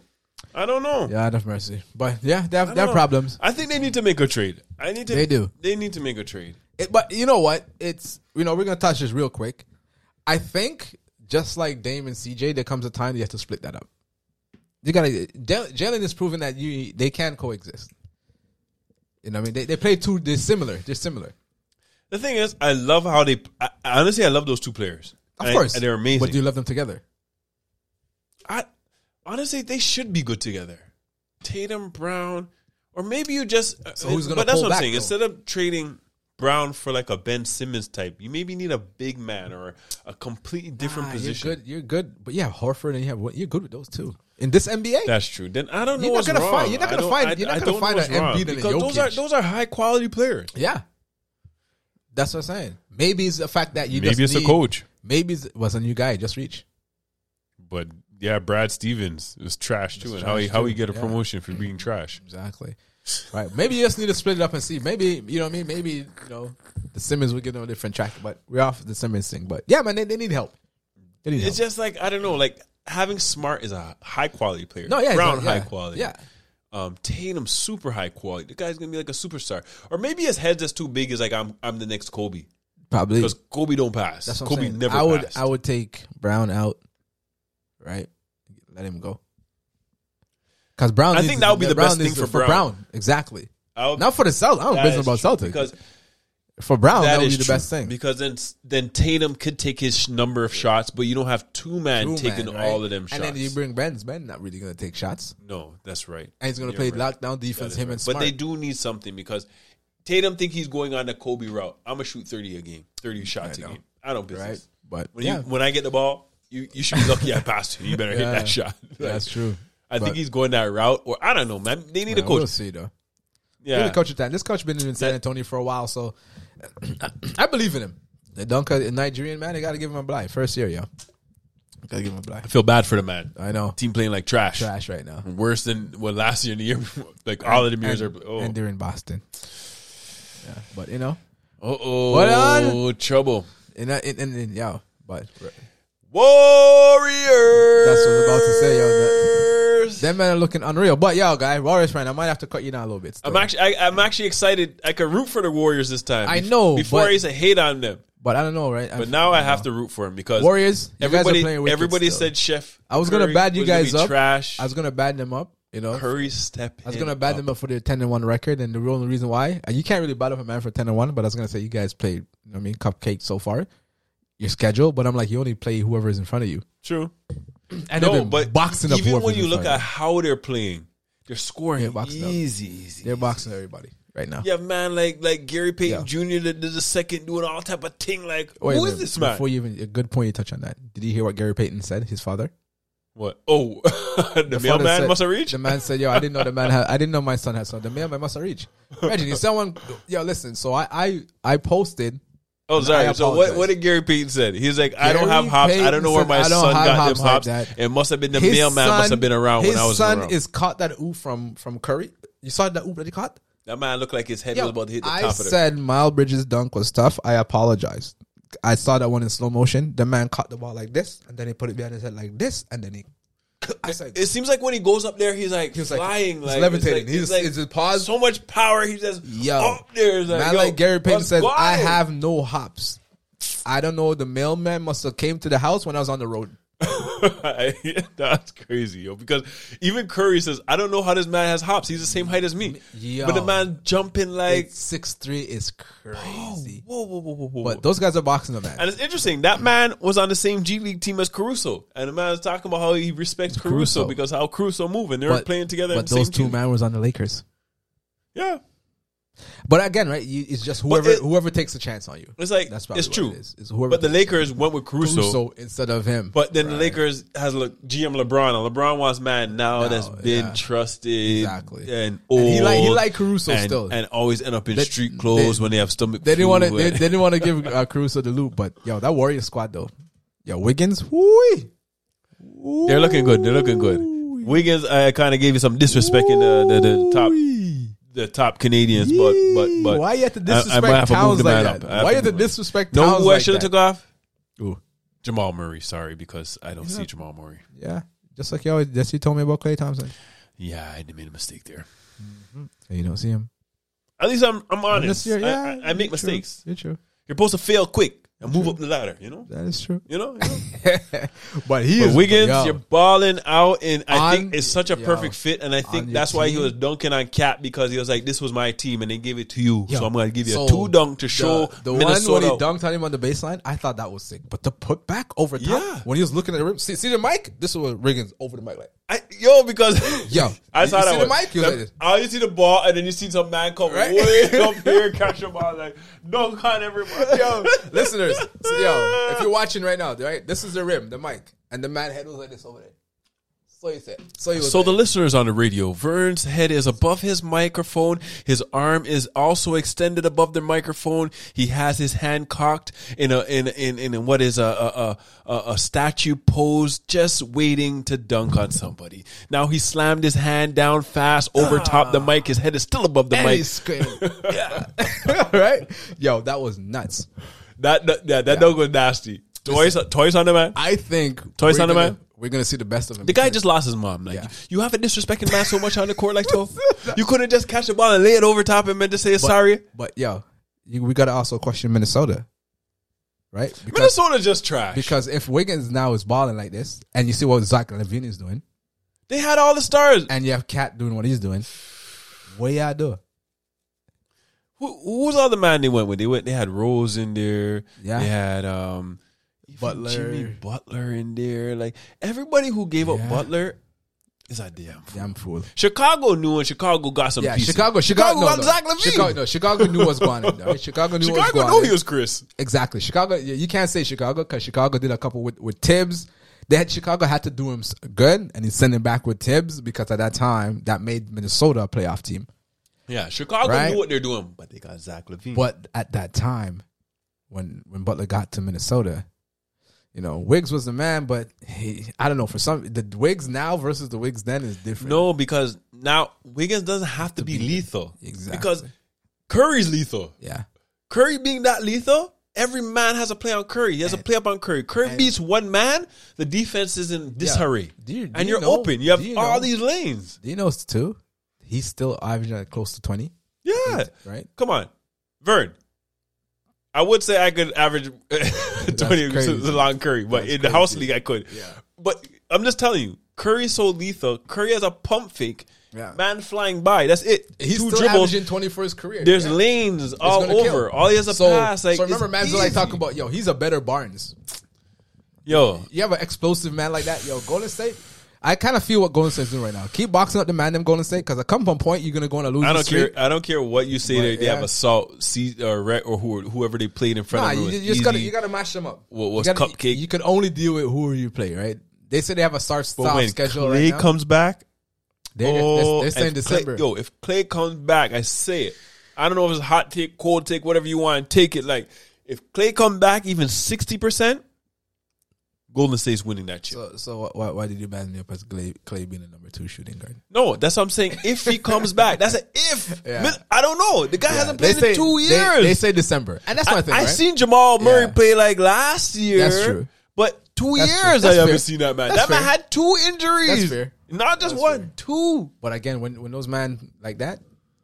Speaker 1: I don't know.
Speaker 2: Yeah, lot of mercy. But yeah, they have, they
Speaker 1: I don't
Speaker 2: have
Speaker 1: know.
Speaker 2: problems.
Speaker 1: I think they need to make a trade. I need to.
Speaker 2: They do.
Speaker 1: They need to make a trade.
Speaker 2: It- but you know what? It's you know we're gonna touch this real quick. I think just like Dame and CJ, there comes a time you have to split that up. You gotta. Jal- Jalen is proving that you they can coexist. You know, what I mean, they, they play two. They're similar. They're similar.
Speaker 1: The thing is, I love how they. I, I honestly, I love those two players.
Speaker 2: Of
Speaker 1: And I-
Speaker 2: course,
Speaker 1: and they're amazing.
Speaker 2: But do you love them together?
Speaker 1: I honestly they should be good together. Tatum Brown, or maybe you just. uh,
Speaker 2: So who's gonna
Speaker 1: but that's
Speaker 2: pull
Speaker 1: what I'm
Speaker 2: back,
Speaker 1: saying.
Speaker 2: though?
Speaker 1: Instead of trading Brown for like a Ben Simmons type, you maybe need a big man or a completely different
Speaker 2: Ah,
Speaker 1: position.
Speaker 2: You're good. You're good. But yeah, Horford and you have you're good with those two. in this NBA.
Speaker 1: That's true. Then I don't know.
Speaker 2: You're not
Speaker 1: what's
Speaker 2: gonna
Speaker 1: wrong.
Speaker 2: find- you're not
Speaker 1: I
Speaker 2: gonna
Speaker 1: don't-
Speaker 2: find-
Speaker 1: I-
Speaker 2: you're not
Speaker 1: I
Speaker 2: gonna
Speaker 1: don't
Speaker 2: find
Speaker 1: know
Speaker 2: an
Speaker 1: what's wrong,
Speaker 2: Embiid and a
Speaker 1: because those are
Speaker 2: Jokic.
Speaker 1: those are high quality players.
Speaker 2: yeah, that's what I'm saying. Maybe it's the fact that you just
Speaker 1: Maybe it's
Speaker 2: need-
Speaker 1: a coach,
Speaker 2: Maybe it was a new guy. Just reach.
Speaker 1: but yeah, Brad Stevens is trash too, and how
Speaker 2: trash
Speaker 1: he how
Speaker 2: too,
Speaker 1: he get a
Speaker 2: yeah.
Speaker 1: promotion for being trash.
Speaker 2: Exactly. Right. Maybe you just need to split it up and see. Maybe you know what I mean. Maybe you know the Simmons would get on a different track, but we're off the Simmons thing. But yeah, man, they, they need help. They need
Speaker 1: It's
Speaker 2: help.
Speaker 1: just like I don't know, like having Smart is a high quality player.
Speaker 2: no, yeah,
Speaker 1: Brown
Speaker 2: yeah,
Speaker 1: high
Speaker 2: yeah.
Speaker 1: quality.
Speaker 2: Yeah,
Speaker 1: Um, Tatum super high quality. The guy's gonna be like a superstar, or maybe his head's just too big. Is like I'm I'm the next Kobe
Speaker 2: probably.
Speaker 1: because Kobe don't pass.
Speaker 2: That's what
Speaker 1: Kobe
Speaker 2: I'm saying.
Speaker 1: never.
Speaker 2: I would
Speaker 1: passed.
Speaker 2: I would take Brown out, right? Let him go. Because Brown,
Speaker 1: I
Speaker 2: needs
Speaker 1: think
Speaker 2: to-
Speaker 1: that would be the
Speaker 2: Brown
Speaker 1: best thing
Speaker 2: needs to-
Speaker 1: for Brown.
Speaker 2: Exactly.
Speaker 1: I would-
Speaker 2: Not for the Celtics. I don't
Speaker 1: that
Speaker 2: business
Speaker 1: is
Speaker 2: about
Speaker 1: true,
Speaker 2: Celtics.
Speaker 1: because
Speaker 2: for Brown, that,
Speaker 1: that
Speaker 2: would be
Speaker 1: is
Speaker 2: the
Speaker 1: true.
Speaker 2: best thing.
Speaker 1: because then then Tatum could take his sh- number of shots, but you don't have two man
Speaker 2: True,
Speaker 1: taking
Speaker 2: man, right?
Speaker 1: all of them shots.
Speaker 2: And then you bring Ben's Ben, not really going to take shots,
Speaker 1: no, that's right.
Speaker 2: and he's going to
Speaker 1: You're
Speaker 2: play
Speaker 1: right.
Speaker 2: lockdown defense.
Speaker 1: That is
Speaker 2: Him
Speaker 1: right.
Speaker 2: and Smart.
Speaker 1: But they do need something because Tatum think he's going on the Kobe route. I'm gonna shoot thirty a game, thirty shots a
Speaker 2: know.
Speaker 1: game. I don't business.
Speaker 2: right? But
Speaker 1: When
Speaker 2: yeah,
Speaker 1: you when I get the ball, you, you should be lucky I passed you. You better
Speaker 2: Yeah.
Speaker 1: hit that shot. Like,
Speaker 2: that's true.
Speaker 1: I
Speaker 2: But-
Speaker 1: think he's going that route, or I don't know, man. They need a
Speaker 2: Yeah,
Speaker 1: coach.
Speaker 2: We'll see though.
Speaker 1: yeah,
Speaker 2: Really coach time. This coach been in San Antonio for a while, so I believe in him. The dunker, Nigerian man, they gotta give him a blight. First year, yo. Gotta give him a blight.
Speaker 1: I feel bad for the man.
Speaker 2: I know.
Speaker 1: Team playing like trash.
Speaker 2: Trash right now.
Speaker 1: Worse than what last year and the year, before. like all of the years are. Oh,
Speaker 2: And they're in Boston. Yeah, but you know,
Speaker 1: oh,
Speaker 2: Hold
Speaker 1: trouble.
Speaker 2: in in, in, in yo, but
Speaker 1: Warriors.
Speaker 2: That's what I was about to say, yo,
Speaker 1: Yo,
Speaker 2: them men are looking unreal. But yo, guy, Warriors friend, I might have to cut you down a little bit. still.
Speaker 1: I'm actually, I, I'm actually excited. I could root for the Warriors this time.
Speaker 2: I know,
Speaker 1: Before
Speaker 2: but-
Speaker 1: I used to hate on them,
Speaker 2: but I don't know, right?
Speaker 1: but now I have to root for them because
Speaker 2: Warriors. you guys are
Speaker 1: everybody,
Speaker 2: playing wicked
Speaker 1: everybody
Speaker 2: still.
Speaker 1: said Chef.
Speaker 2: I was gonna
Speaker 1: Curry
Speaker 2: bad you
Speaker 1: was gonna
Speaker 2: guys
Speaker 1: be
Speaker 2: up.
Speaker 1: Trash.
Speaker 2: I was gonna bad them up. You know,
Speaker 1: Curry step.
Speaker 2: I was gonna bad them
Speaker 1: uh,
Speaker 2: up for their ten and one record, and the only reason why and you can't really bad up a man for ten and one, but I was gonna say you guys played, you know what I mean, cupcake so far, your schedule. But I'm like, you only play whoever is in front of you.
Speaker 1: True.
Speaker 2: And they've
Speaker 1: No,
Speaker 2: been
Speaker 1: but
Speaker 2: boxing up
Speaker 1: even
Speaker 2: whoever
Speaker 1: when
Speaker 2: is
Speaker 1: you
Speaker 2: in
Speaker 1: look at
Speaker 2: front of
Speaker 1: how they're playing, they're scoring
Speaker 2: They're boxing up.
Speaker 1: easy, easy.
Speaker 2: you. they're boxing everybody right now.
Speaker 1: Yeah, man, like like Gary Payton
Speaker 2: Yeah.
Speaker 1: Jr. that did the second doing all type of thing. Like,
Speaker 2: Wait,
Speaker 1: who
Speaker 2: wait,
Speaker 1: is this man?
Speaker 2: Before you even a good point you touch on that. Did you hear what Gary Payton said? His father,
Speaker 1: what? Oh, the
Speaker 2: The father
Speaker 1: mailman
Speaker 2: said-
Speaker 1: must have reached.
Speaker 2: The man said, "Yo, I didn't know the man. Had, I didn't know my son had son. The mailman must have reached." Imagine if someone, yo, listen. So I, I, I posted.
Speaker 1: Oh,
Speaker 2: I
Speaker 1: sorry. So what?
Speaker 2: apologize.
Speaker 1: What did Gary Payton said? He's like, I don't
Speaker 2: Gary
Speaker 1: have hops. I don't know where
Speaker 2: Payton
Speaker 1: my
Speaker 2: said, "I don't
Speaker 1: son
Speaker 2: have
Speaker 1: got
Speaker 2: hops
Speaker 1: them
Speaker 2: like
Speaker 1: hops.
Speaker 2: that."
Speaker 1: It must have been the
Speaker 2: His
Speaker 1: mailman. must
Speaker 2: son-
Speaker 1: have been around when I was
Speaker 2: His son
Speaker 1: around.
Speaker 2: is caught that ooh from from Curry. You saw that ooh that he caught.
Speaker 1: that man looked like his head was about to hit the
Speaker 2: I
Speaker 1: top of the.
Speaker 2: said Miles Bridges' dunk was tough. I apologize. I saw that one in slow motion. The man caught the ball like this, and then he put it behind his head like this, and then he. I said,
Speaker 1: It seems like when he goes up there, he's like
Speaker 2: was like-
Speaker 1: flying,
Speaker 2: he's
Speaker 1: like,
Speaker 2: levitating.
Speaker 1: It's
Speaker 2: He's-
Speaker 1: like,
Speaker 2: it's his paws.
Speaker 1: So much power. He just
Speaker 2: Yo.
Speaker 1: up there. It's Like,
Speaker 2: man,
Speaker 1: yo,
Speaker 2: like Gary Payton
Speaker 1: what's
Speaker 2: says, I
Speaker 1: going?
Speaker 2: have no hops. I don't know. The mailman must have came to the house when I was on the road.
Speaker 1: That's crazy, yo. Because even Curry says, I don't know how this man has hops. He's the same height as me.
Speaker 2: Yo.
Speaker 1: But the man jumping like,
Speaker 2: Six three is crazy.
Speaker 1: whoa, whoa, whoa, whoa, whoa.
Speaker 2: But those guys are boxing the man.
Speaker 1: and it's interesting. That man was on the same G League team as Caruso, and the man was talking about how he respects
Speaker 2: Caruso.
Speaker 1: Caruso, because how Caruso move, and they were
Speaker 2: but,
Speaker 1: playing together.
Speaker 2: But
Speaker 1: in the
Speaker 2: those
Speaker 1: same
Speaker 2: two
Speaker 1: G League.
Speaker 2: man was on the Lakers.
Speaker 1: yeah.
Speaker 2: But again, right? You, it's just whoever
Speaker 1: it-
Speaker 2: whoever taktakes a chance on you.
Speaker 1: It's like
Speaker 2: That's probably
Speaker 1: it's
Speaker 2: what
Speaker 1: true.
Speaker 2: It is. It's whoever
Speaker 1: but the
Speaker 2: takes
Speaker 1: Lakers went with Caruso.
Speaker 2: Caruso instead of him.
Speaker 1: But then the Lakers has look GM LeBron, and LeBron wants man now that's been
Speaker 2: yeah.
Speaker 1: trusted
Speaker 2: Exactly.
Speaker 1: and old.
Speaker 2: And he like- he like Caruso
Speaker 1: and-
Speaker 2: still.
Speaker 1: and always end up in
Speaker 2: They-
Speaker 1: street clothes
Speaker 2: they-
Speaker 1: when they have stomach.
Speaker 2: they didn't want to.
Speaker 1: flu
Speaker 2: They,
Speaker 1: and-
Speaker 2: they didn't want to give uh, Caruso the loot. But yo, that Warrior squad though. Yo, Wiggins. Whoo.
Speaker 1: They're looking good. They're looking good. Wiggins, I kind of gave you some disrespect in the, the, the top the top Canadians, but but but
Speaker 2: why you have to
Speaker 1: I- I might
Speaker 2: disrespect
Speaker 1: have to move
Speaker 2: towns
Speaker 1: the
Speaker 2: like
Speaker 1: man
Speaker 2: that?
Speaker 1: up. I have
Speaker 2: Why you
Speaker 1: to
Speaker 2: have to
Speaker 1: move it.
Speaker 2: disrespect
Speaker 1: know
Speaker 2: towns
Speaker 1: who I
Speaker 2: like
Speaker 1: should have
Speaker 2: that?
Speaker 1: took off?
Speaker 2: Ooh.
Speaker 1: Jamal Murray. Sorry, because I don't see Jamal Murray.
Speaker 2: Yeah, just like yo, just you told me about Clay Thompson.
Speaker 1: Yeah, I made a mistake there.
Speaker 2: And you don't see him.
Speaker 1: At least I'm I'm honest.
Speaker 2: This year,
Speaker 1: I-
Speaker 2: yeah,
Speaker 1: I, I, make
Speaker 2: you're true.
Speaker 1: mistakes.
Speaker 2: You're true.
Speaker 1: You're supposed to fail quick and move up the ladder. You know.
Speaker 2: That is true.
Speaker 1: You know. You know?
Speaker 2: but he
Speaker 1: But
Speaker 2: is
Speaker 1: Wiggins,
Speaker 2: yo.
Speaker 1: you're balling out, and I
Speaker 2: On-
Speaker 1: think it's such a
Speaker 2: yo.
Speaker 1: perfect fit. And I
Speaker 2: On
Speaker 1: think
Speaker 2: your
Speaker 1: that's why he
Speaker 2: team.
Speaker 1: was dunking on Cap because he was like, "This was my team, and they gave it to you,
Speaker 2: Yo,
Speaker 1: so I'm going to give you
Speaker 2: so
Speaker 1: a two dunk to show
Speaker 2: the, the
Speaker 1: Minnesota."
Speaker 2: one when he dunked on him on the baseline. I thought that was sick, but the put back over top
Speaker 1: Yeah.
Speaker 2: when he was looking at the rim. See, see the mic. This was Wiggins over the mic, like
Speaker 1: I, yo, because
Speaker 2: Yo,
Speaker 1: I
Speaker 2: you-
Speaker 1: saw
Speaker 2: you
Speaker 1: that
Speaker 2: see the
Speaker 1: one.
Speaker 2: mic? He was like this.
Speaker 1: I you see the ball, and then you see some man come
Speaker 2: Right?
Speaker 1: way up here, catch the ball, like dunk on everybody.
Speaker 2: yo, listeners, so, yo, if you're watching right now, right, this is the rim, the mic, and the man head was like this over there. So he said. So he was.
Speaker 1: So
Speaker 2: like,
Speaker 1: the listeners on the radio, Vern's head is above his microphone. His arm is also extended above the microphone. He has his hand cocked in a in in in what is a a a, a- a statue pose, just waiting to dunk on somebody. Now he slammed his hand down fast over top the mic. His head is still above the
Speaker 2: Ah. and he
Speaker 1: mic.
Speaker 2: screamed. yeah. right. Yo, that was nuts.
Speaker 1: That that yeah, that dunk was nasty. Toys toys on the man.
Speaker 2: I think
Speaker 1: Toy
Speaker 2: we're
Speaker 1: Sound
Speaker 2: gonna-
Speaker 1: Man?
Speaker 2: We're gonna see the best of him.
Speaker 1: The guy just lost his mom. Like you haven't disrespected man so much on the court like so. You couldn't just catch the ball and lay it over top him and just say sorry.
Speaker 2: But yo, you, we gotta also question Minnesota, right? Because
Speaker 1: Minnesota just trash.
Speaker 2: because if Wiggins now is balling like this, and you see what Zach Levine is doing,
Speaker 1: they had all the stars.
Speaker 2: and you have Cat doing what he's doing, what y'all do?
Speaker 1: Who, who was the other man they went with? They went. They had Rose in there.
Speaker 2: Yeah.
Speaker 1: They had um even
Speaker 2: Butler.
Speaker 1: Jimmy Butler in there. Like everybody who gave up Butler is a damn. fool.
Speaker 2: Damn fool.
Speaker 1: Chicago knew and Chicago got some.
Speaker 2: Yeah,
Speaker 1: pieces.
Speaker 2: Chicago, Chicago,
Speaker 1: got
Speaker 2: no, no.
Speaker 1: Zach Levine.
Speaker 2: Chicago, no, Chicago knew what's going on. Right? Chicago knew what's
Speaker 1: Chicago
Speaker 2: going
Speaker 1: knew
Speaker 2: on.
Speaker 1: he was Chris.
Speaker 2: Exactly. Chicago, you you can't say Chicago because Chicago did a couple with, with Tibbs. They had Chicago had to do him s- good, and he sent him back with Tibbs because at that time that made Minnesota a playoff team.
Speaker 1: Yeah, Chicago
Speaker 2: Right.
Speaker 1: knew what they're doing, but they got Zach Levine.
Speaker 2: But at that time, when when Butler got to Minnesota, you know Wiggs was the man. But he, I don't know for some the Wiggs now versus the Wiggs then is different.
Speaker 1: No, because now Wiggins doesn't have to be lethal.
Speaker 2: Exactly.
Speaker 1: Because Curry's lethal.
Speaker 2: Yeah.
Speaker 1: Curry being that lethal, every man has a play on Curry. He has
Speaker 2: Eh.
Speaker 1: a play up on Curry. Curry beats one man, the defense is in disarray.
Speaker 2: Do you- do
Speaker 1: and
Speaker 2: you
Speaker 1: you're
Speaker 2: know-
Speaker 1: open. You have
Speaker 2: do you
Speaker 1: all
Speaker 2: know-
Speaker 1: these lanes.
Speaker 2: Do you know it's two? He's still averaging at close to twenty,
Speaker 1: Yeah.
Speaker 2: right?
Speaker 1: Come on. Vern. I would say I could average 20
Speaker 2: crazy.
Speaker 1: long Curry, but in the house league I could. But I'm just telling you, Curry's so lethal. Curry has a pump fake.
Speaker 2: Yeah.
Speaker 1: Man flying by. That's it.
Speaker 2: He's
Speaker 1: Two
Speaker 2: still
Speaker 1: dribbles.
Speaker 2: averaging twenty for his career.
Speaker 1: There's
Speaker 2: Yeah. It's
Speaker 1: lanes all
Speaker 2: gonna
Speaker 1: over.
Speaker 2: kill.
Speaker 1: All he has a
Speaker 2: so,
Speaker 1: pass. Like,
Speaker 2: so remember,
Speaker 1: it's
Speaker 2: man's like
Speaker 1: easy.
Speaker 2: talking about, yo, he's a better Barnes.
Speaker 1: Yo,
Speaker 2: You have an explosive man like that, yo, Golden State. I kind of feel what Golden State's doing right now. Keep boxing up the man, them Golden State, because at come from point you're gonna go on a losing
Speaker 1: I don't
Speaker 2: streak.
Speaker 1: care. I don't care what you say.
Speaker 2: But,
Speaker 1: they they
Speaker 2: yeah.
Speaker 1: have assault, see, or Rhett, uh, or who, whoever they played in front
Speaker 2: Nah,
Speaker 1: of. them
Speaker 2: you,
Speaker 1: was
Speaker 2: you just gotta
Speaker 1: easy.
Speaker 2: you gotta mash them up.
Speaker 1: What
Speaker 2: You
Speaker 1: was
Speaker 2: gotta-
Speaker 1: Cupcake?
Speaker 2: You can only deal with who you play, right? They say they have a start
Speaker 1: But
Speaker 2: stop
Speaker 1: when
Speaker 2: schedule
Speaker 1: Clay
Speaker 2: right now.
Speaker 1: comes back,
Speaker 2: they're, they're-
Speaker 1: oh,
Speaker 2: they're saying
Speaker 1: if Clay-
Speaker 2: December.
Speaker 1: yo, if Clay comes back, I say it. I don't know if it's a hot take, cold take, whatever you want. Take it. Like if Clay come back, even sixty percent, Golden State's winning that chip.
Speaker 2: So, so why- why, why did you ban me up as Clay, Clay being the number two shooting guard?
Speaker 1: No, that's what I'm saying. If he comes back, that's an if.
Speaker 2: Yeah.
Speaker 1: Man, I don't know. The guy hasn't played in two
Speaker 2: they-
Speaker 1: years.
Speaker 2: They, say December, and that's my thing.
Speaker 1: I
Speaker 2: right?
Speaker 1: seen Jamal Murray
Speaker 2: Yeah.
Speaker 1: play like last year.
Speaker 2: That's true.
Speaker 1: But two
Speaker 2: That's true.
Speaker 1: years
Speaker 2: That's
Speaker 1: I haven't
Speaker 2: fair.
Speaker 1: seen that man.
Speaker 2: That's
Speaker 1: that man
Speaker 2: fair.
Speaker 1: had two injuries.
Speaker 2: That's fair.
Speaker 1: Not just
Speaker 2: That's
Speaker 1: one,
Speaker 2: fair.
Speaker 1: two.
Speaker 2: But again, when when those man like that,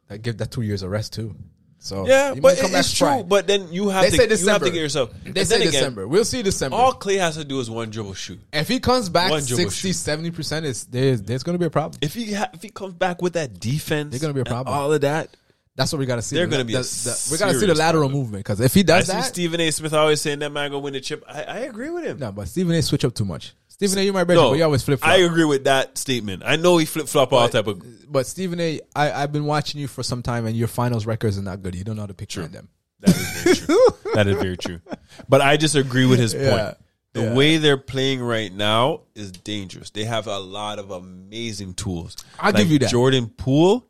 Speaker 2: I give that two years a rest too. So
Speaker 1: Yeah,
Speaker 2: you
Speaker 1: but
Speaker 2: might come
Speaker 1: it-
Speaker 2: back
Speaker 1: it's true.
Speaker 2: fried.
Speaker 1: But then you have
Speaker 2: They
Speaker 1: to
Speaker 2: say
Speaker 1: you have
Speaker 2: December.
Speaker 1: to get yourself.
Speaker 2: They
Speaker 1: and
Speaker 2: say
Speaker 1: then again,
Speaker 2: December. we'll see December.
Speaker 1: All Clay has to do is one dribble shoot.
Speaker 2: if he comes back
Speaker 1: One dribble
Speaker 2: 60, 70%, is there's there's gonna be a problem.
Speaker 1: If he ha- if he comes back with that defense,
Speaker 2: They're gonna be a
Speaker 1: and
Speaker 2: problem.
Speaker 1: All of that.
Speaker 2: That's what we gotta see.
Speaker 1: They're
Speaker 2: The-
Speaker 1: gonna be
Speaker 2: the-
Speaker 1: a
Speaker 2: the- we gotta see the
Speaker 1: serious
Speaker 2: lateral movement because if he
Speaker 1: I
Speaker 2: does
Speaker 1: see
Speaker 2: that,
Speaker 1: Stephen A. Smith always saying that man gonna win the chip. I, I agree with him.
Speaker 2: no. But Stephen A. switch up too much. Stephen A. You might better, but you always flip
Speaker 1: I
Speaker 2: flop.
Speaker 1: agree with that statement. I know he flip flop all type of.
Speaker 2: But Stephen A. I, I've been watching you for some time, and your finals records are not good. You don't know how to pick man them.
Speaker 1: That is very true. that is very true. But I disagree with his point.
Speaker 2: Yeah.
Speaker 1: The way they're playing right now is dangerous. They have a lot of amazing tools.
Speaker 2: I'll give you that.
Speaker 1: Jordan Poole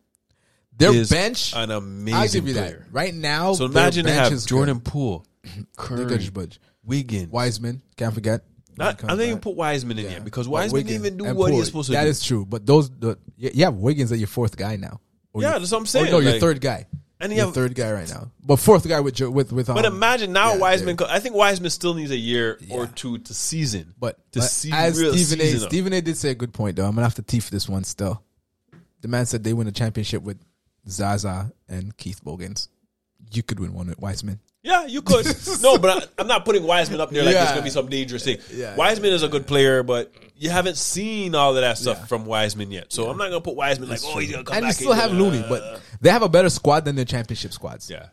Speaker 2: Their
Speaker 1: is
Speaker 2: bench,
Speaker 1: an amazing
Speaker 2: I'll give you
Speaker 1: player.
Speaker 2: that. Right now,
Speaker 1: So
Speaker 2: their
Speaker 1: imagine they
Speaker 2: bench
Speaker 1: have
Speaker 2: is
Speaker 1: Jordan Poole,
Speaker 2: good. They're good
Speaker 1: Curry,
Speaker 2: as budge.
Speaker 1: Wiggins.
Speaker 2: Wiseman, can't forget. When
Speaker 1: Not,
Speaker 2: he
Speaker 1: I
Speaker 2: comes
Speaker 1: didn't even
Speaker 2: back.
Speaker 1: put Wiseman in
Speaker 2: Yeah.
Speaker 1: yet because
Speaker 2: But
Speaker 1: Wiseman didn't
Speaker 2: Wiggins
Speaker 1: even do
Speaker 2: and
Speaker 1: what
Speaker 2: Poole,
Speaker 1: he's supposed to
Speaker 2: That
Speaker 1: do.
Speaker 2: is true, but those the you you have Wiggins at your fourth guy now. Or
Speaker 1: Yeah,
Speaker 2: your-
Speaker 1: that's what I'm
Speaker 2: or
Speaker 1: saying,
Speaker 2: Oh, no, your
Speaker 1: like-
Speaker 2: third guy. And
Speaker 1: And you
Speaker 2: your
Speaker 1: have-
Speaker 2: third guy right now, but fourth guy with Jo- with with. Um,
Speaker 1: but imagine now
Speaker 2: yeah,
Speaker 1: Wiseman. co- I think Wiseman still needs a year or two to season.
Speaker 2: But,
Speaker 1: to
Speaker 2: but
Speaker 1: see
Speaker 2: as
Speaker 1: real
Speaker 2: Stephen A.
Speaker 1: season up.
Speaker 2: Stephen A. did say a good point though. I'm gonna have to tee for this one still. The man said they win a championship with Zaza and Keith Bogans. You could win one with Wiseman.
Speaker 1: Yeah, you could. no, but I, I'm not putting Wiseman up there like it's
Speaker 2: Yeah.
Speaker 1: gonna be some dangerous thing.
Speaker 2: Yeah.
Speaker 1: Wiseman is a good player, but you haven't seen all of that stuff from Wiseman yet. So I'm not gonna put Wiseman like, oh, he's gonna come
Speaker 2: and
Speaker 1: back.
Speaker 2: you still
Speaker 1: and-
Speaker 2: have Looney, but they have a better squad than their championship squads.
Speaker 1: yeah,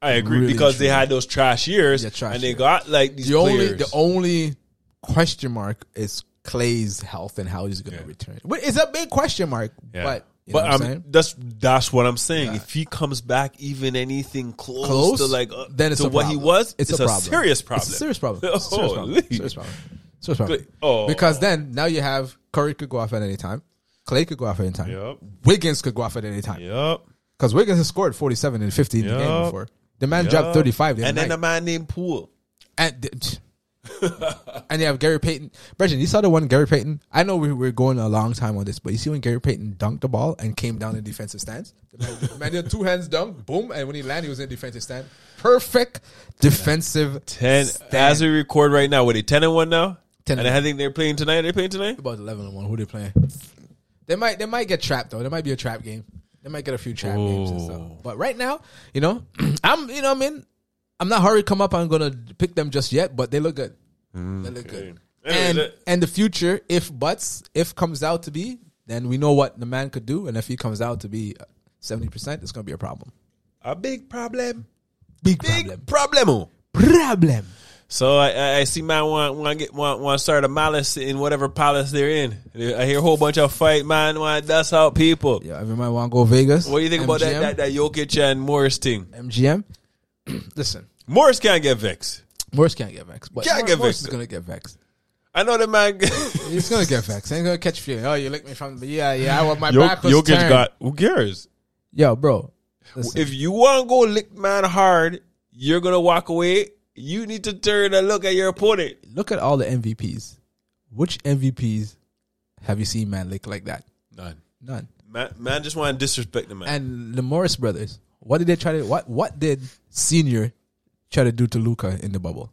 Speaker 1: I agree
Speaker 2: Really
Speaker 1: because they
Speaker 2: true.
Speaker 1: had those trash years
Speaker 2: Yeah, trash
Speaker 1: and they
Speaker 2: years.
Speaker 1: got like these
Speaker 2: The only
Speaker 1: players.
Speaker 2: the only question mark is Clay's health and how he's going to return. But it's a big question mark.
Speaker 1: Yeah.
Speaker 2: But you
Speaker 1: but
Speaker 2: know what I'm
Speaker 1: I'm-
Speaker 2: saying?
Speaker 1: that's that's what I'm saying. If he comes back even anything close,
Speaker 2: Close,
Speaker 1: to like uh,
Speaker 2: then it's
Speaker 1: to
Speaker 2: a
Speaker 1: what
Speaker 2: problem.
Speaker 1: he was,
Speaker 2: it's, a, problem.
Speaker 1: serious problem.
Speaker 2: It's a serious problem. It's a serious problem.
Speaker 1: Holy.
Speaker 2: Serious problem. Swiss Family.
Speaker 1: Oh.
Speaker 2: Because then now you have Curry could go off at any time. Clay could go off at any time.
Speaker 1: Yep.
Speaker 2: Wiggins could go off at any time.
Speaker 1: Yep.
Speaker 2: Because Wiggins has scored 47 and 50 in the game
Speaker 1: Yup.
Speaker 2: before. The man dropped 35. The
Speaker 1: And
Speaker 2: other
Speaker 1: then
Speaker 2: night.
Speaker 1: a man named Poole.
Speaker 2: and, and you have Gary Payton. Brendan, you saw the one Gary Payton? I know we were going a long time on this, but you see when Gary Payton dunked the ball and came down in defensive stance? The man- the man did two hands dunk, boom, and when he landed, he was in defensive stand. Perfect defensive
Speaker 1: 10
Speaker 2: stand.
Speaker 1: as we record right now. What are they 10 and 1 now?
Speaker 2: 10
Speaker 1: and
Speaker 2: and-
Speaker 1: I think they're playing tonight. Are they playing tonight?
Speaker 2: about eleven and one. Who they playing? They might they might get trapped though. There might be a trap game. They might get a few trap games and stuff.
Speaker 1: Ooh.
Speaker 2: But right now, you know, I'm you know what I mean I'm not hurry come up. I'm gonna pick them just yet, but they look good. They look
Speaker 1: Okay.
Speaker 2: good.
Speaker 1: Anyway,
Speaker 2: and
Speaker 1: that-
Speaker 2: and the future, if buts if comes out to be, then we know what the man could do. And if he comes out to be seventy percent, it's gonna be a problem.
Speaker 1: A big problem.
Speaker 2: Big,
Speaker 1: Big problem.
Speaker 2: Problem.
Speaker 1: So I, I, I see man want want get want want start a malice in whatever palace they're in. I hear a whole bunch of fight man want dust out people.
Speaker 2: Yeah, everybody want to go Vegas.
Speaker 1: What do you think about that,
Speaker 2: MGM?
Speaker 1: that that Jokic and Morris thing?
Speaker 2: MGM. Listen,
Speaker 1: Morris can't get vexed.
Speaker 2: Morris can't get vexed, but
Speaker 1: Can't
Speaker 2: Mor-
Speaker 1: get
Speaker 2: Morris
Speaker 1: vexed.
Speaker 2: is gonna get vexed.
Speaker 1: I know the man.
Speaker 2: He's gonna get vexed. He's gonna catch feelings. Oh, you licked me from the yeah, yeah. I want my back was
Speaker 1: Jokic
Speaker 2: turned.
Speaker 1: got who cares?
Speaker 2: yo, bro. Listen,
Speaker 1: If you want to go lick man hard, you're gonna walk away. You need to turn and look at your opponent.
Speaker 2: look at all the MVPs. Which MVPs have you seen man lick like that?
Speaker 1: None.
Speaker 2: None.
Speaker 1: Man, man just want to disrespect the man.
Speaker 2: And the Morris brothers. What did they try to? What What did Senior try to do to Luca in the bubble?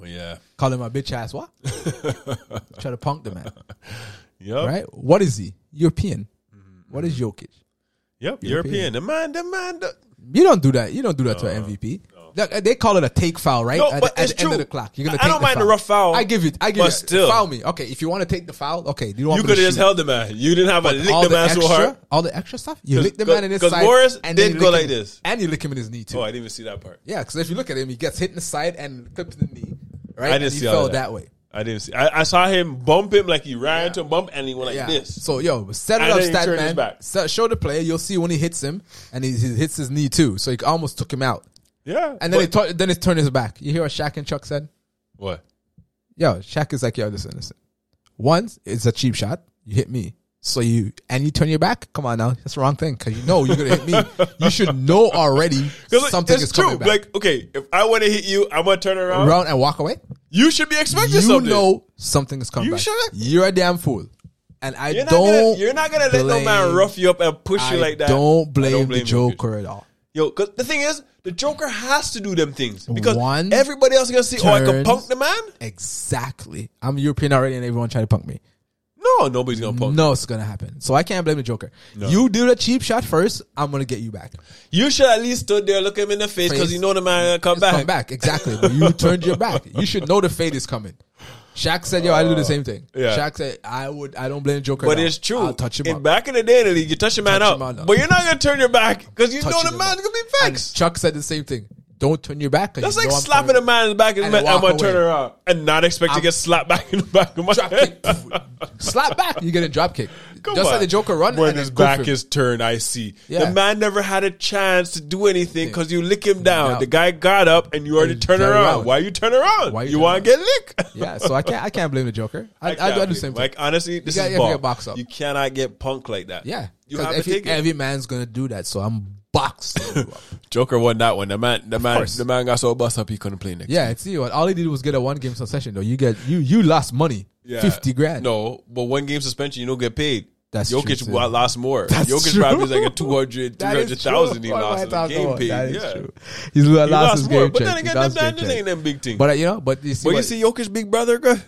Speaker 1: Oh, yeah.
Speaker 2: Call him a bitch ass. What? try to punk the man,
Speaker 1: Yep.
Speaker 2: right? What is he? European. What is Jokic?
Speaker 1: Yep.
Speaker 2: European.
Speaker 1: European. The man. The man. The,
Speaker 2: You don't do that. You don't do that to an MVP. Like, They call it a take foul, right?
Speaker 1: No,
Speaker 2: at
Speaker 1: but
Speaker 2: the, at
Speaker 1: it's
Speaker 2: the end of
Speaker 1: true.
Speaker 2: the clock, you're gonna.
Speaker 1: I
Speaker 2: take
Speaker 1: don't mind the rough foul,
Speaker 2: I give it. I give
Speaker 1: but
Speaker 2: it.
Speaker 1: still.
Speaker 2: foul me. Okay, if you want to take the foul, okay. Do you want
Speaker 1: you
Speaker 2: me
Speaker 1: could
Speaker 2: to
Speaker 1: have just
Speaker 2: shoot?
Speaker 1: held the man. You didn't have to lick
Speaker 2: all
Speaker 1: the
Speaker 2: the
Speaker 1: man
Speaker 2: extra,
Speaker 1: so hard.
Speaker 2: all the extra stuff. You
Speaker 1: 'Cause-
Speaker 2: lick the man
Speaker 1: 'cause-
Speaker 2: in his
Speaker 1: 'cause
Speaker 2: side,
Speaker 1: Morris
Speaker 2: then
Speaker 1: did
Speaker 2: you
Speaker 1: go
Speaker 2: lick
Speaker 1: like
Speaker 2: him-
Speaker 1: this.
Speaker 2: and you lick him in his knee too.
Speaker 1: Oh, I didn't even see that part.
Speaker 2: yeah, because if you look at him, he gets hit in the side and clipped in the knee. Right,
Speaker 1: I
Speaker 2: And
Speaker 1: didn't
Speaker 2: he
Speaker 1: see all
Speaker 2: fell
Speaker 1: of that.
Speaker 2: that way.
Speaker 1: I didn't see. I, I saw him bump him like he ran to bump, and he went like
Speaker 2: Yeah.
Speaker 1: this.
Speaker 2: So yo, set it
Speaker 1: And
Speaker 2: up,
Speaker 1: then he
Speaker 2: stat
Speaker 1: turned his
Speaker 2: man.
Speaker 1: back.
Speaker 2: So- show the player. You'll see when he hits him, and he, he hits his knee too. So he almost took him out,
Speaker 1: Yeah.
Speaker 2: and then
Speaker 1: But-
Speaker 2: he tur- then he turned his back. You hear what Shaq and Chuck said?
Speaker 1: what?
Speaker 2: yo, Shaq is like, yo, listen, listen. Once it's a cheap shot, you hit me. So you and you turn your back. Come on now, that's the wrong thing because you know you're gonna hit me. you should know already
Speaker 1: 'Cause, like,
Speaker 2: something
Speaker 1: it's
Speaker 2: is coming back.
Speaker 1: Like okay, if I want to hit you, I'm gonna turn around.
Speaker 2: Round and walk away.
Speaker 1: You should be expecting
Speaker 2: You
Speaker 1: something.
Speaker 2: know something is coming
Speaker 1: You
Speaker 2: back.
Speaker 1: should.
Speaker 2: You're a damn fool, and I
Speaker 1: You're not
Speaker 2: don't.
Speaker 1: gonna, you're not gonna let no man
Speaker 2: blame-
Speaker 1: rough you up and push
Speaker 2: I
Speaker 1: you like that.
Speaker 2: Don't blame, the
Speaker 1: I Jokic.
Speaker 2: Joker at all.
Speaker 1: Yo, cause the thing is, the Joker has to do them things because
Speaker 2: One
Speaker 1: everybody else is gonna see. Oh, I can
Speaker 2: turns-
Speaker 1: punk the man.
Speaker 2: Exactly. I'm European already, and everyone trying to punk me.
Speaker 1: No, nobody's gonna punk.
Speaker 2: No, it's gonna happen. So I can't blame the Joker. You do the cheap shot first. I'm gonna get you back.
Speaker 1: You should at least stood there, look him in the face because
Speaker 2: Face.
Speaker 1: you know the man gonna come back.
Speaker 2: come back exactly. But you turned your back. You should know the fate is coming. Shaq said, "Yo, I do the same thing."
Speaker 1: yeah.
Speaker 2: Shaq said, "I would. I don't blame the Joker,
Speaker 1: But
Speaker 2: at all.
Speaker 1: it's true.
Speaker 2: I'll touch him
Speaker 1: in
Speaker 2: up."
Speaker 1: back in the day in the league, you touch a man
Speaker 2: Touch
Speaker 1: up,
Speaker 2: him out.
Speaker 1: but you're not gonna turn your back because you
Speaker 2: Touch
Speaker 1: know
Speaker 2: him
Speaker 1: the man's
Speaker 2: up.
Speaker 1: gonna be
Speaker 2: And
Speaker 1: vexed.
Speaker 2: Chuck said the same thing. Don't turn your back. 'cause
Speaker 1: That's
Speaker 2: you
Speaker 1: like
Speaker 2: know I'm
Speaker 1: slapping a
Speaker 2: coming.
Speaker 1: man in the back of the
Speaker 2: And
Speaker 1: head. I'm
Speaker 2: walk
Speaker 1: gonna turn
Speaker 2: away.
Speaker 1: around and not expect to
Speaker 2: I'm-
Speaker 1: get slapped back in the back of my
Speaker 2: Drop
Speaker 1: head.
Speaker 2: kick. Slap back. You get a drop kick.
Speaker 1: Come
Speaker 2: Just
Speaker 1: on.
Speaker 2: like the Joker run.
Speaker 1: When
Speaker 2: and
Speaker 1: his
Speaker 2: then go
Speaker 1: back
Speaker 2: for it.
Speaker 1: is turned, I see.
Speaker 2: Yeah.
Speaker 1: The man never had a chance to do anything because you lick him down.
Speaker 2: Yeah.
Speaker 1: The guy got up and you already
Speaker 2: And
Speaker 1: turn
Speaker 2: turn
Speaker 1: around.
Speaker 2: around.
Speaker 1: Why you turn around?
Speaker 2: Why you
Speaker 1: you
Speaker 2: turn
Speaker 1: want to get licked?
Speaker 2: yeah. So I can't. I can't blame the Joker. I, I, do the same thing.
Speaker 1: Like honestly, this
Speaker 2: gotta- you
Speaker 1: is
Speaker 2: have to
Speaker 1: ball.
Speaker 2: get boxed up.
Speaker 1: You cannot get punk like that.
Speaker 2: Yeah.
Speaker 1: you
Speaker 2: 'Cause
Speaker 1: have to
Speaker 2: every,
Speaker 1: take it.
Speaker 2: every man's gonna do that. So I'm boxed.
Speaker 1: Joker won that one. The man, the man,
Speaker 2: course.
Speaker 1: the man got so bust up he couldn't play next.
Speaker 2: yeah. And see what all he did was get a one game suspension. Though you get you you lost money.
Speaker 1: Yeah.
Speaker 2: Fifty grand.
Speaker 1: No, but one game suspension, you don't get paid.
Speaker 2: That's
Speaker 1: Jokic
Speaker 2: true, too.
Speaker 1: got lost more.
Speaker 2: That's
Speaker 1: Jokic
Speaker 2: true.
Speaker 1: probably is like a 200,
Speaker 2: That is
Speaker 1: 300,000
Speaker 2: true.
Speaker 1: he
Speaker 2: What am I
Speaker 1: lost in the
Speaker 2: talking
Speaker 1: game
Speaker 2: about?
Speaker 1: paid.
Speaker 2: That is
Speaker 1: yeah.
Speaker 2: true. He's lost,
Speaker 1: He lost
Speaker 2: his
Speaker 1: more,
Speaker 2: game
Speaker 1: but then
Speaker 2: check. He
Speaker 1: again,
Speaker 2: lost his
Speaker 1: them
Speaker 2: game
Speaker 1: dangers
Speaker 2: check.
Speaker 1: ain't them big thing.
Speaker 2: But uh, you know, but you see,
Speaker 1: But you
Speaker 2: what-
Speaker 1: see Jokic's big brother, girl?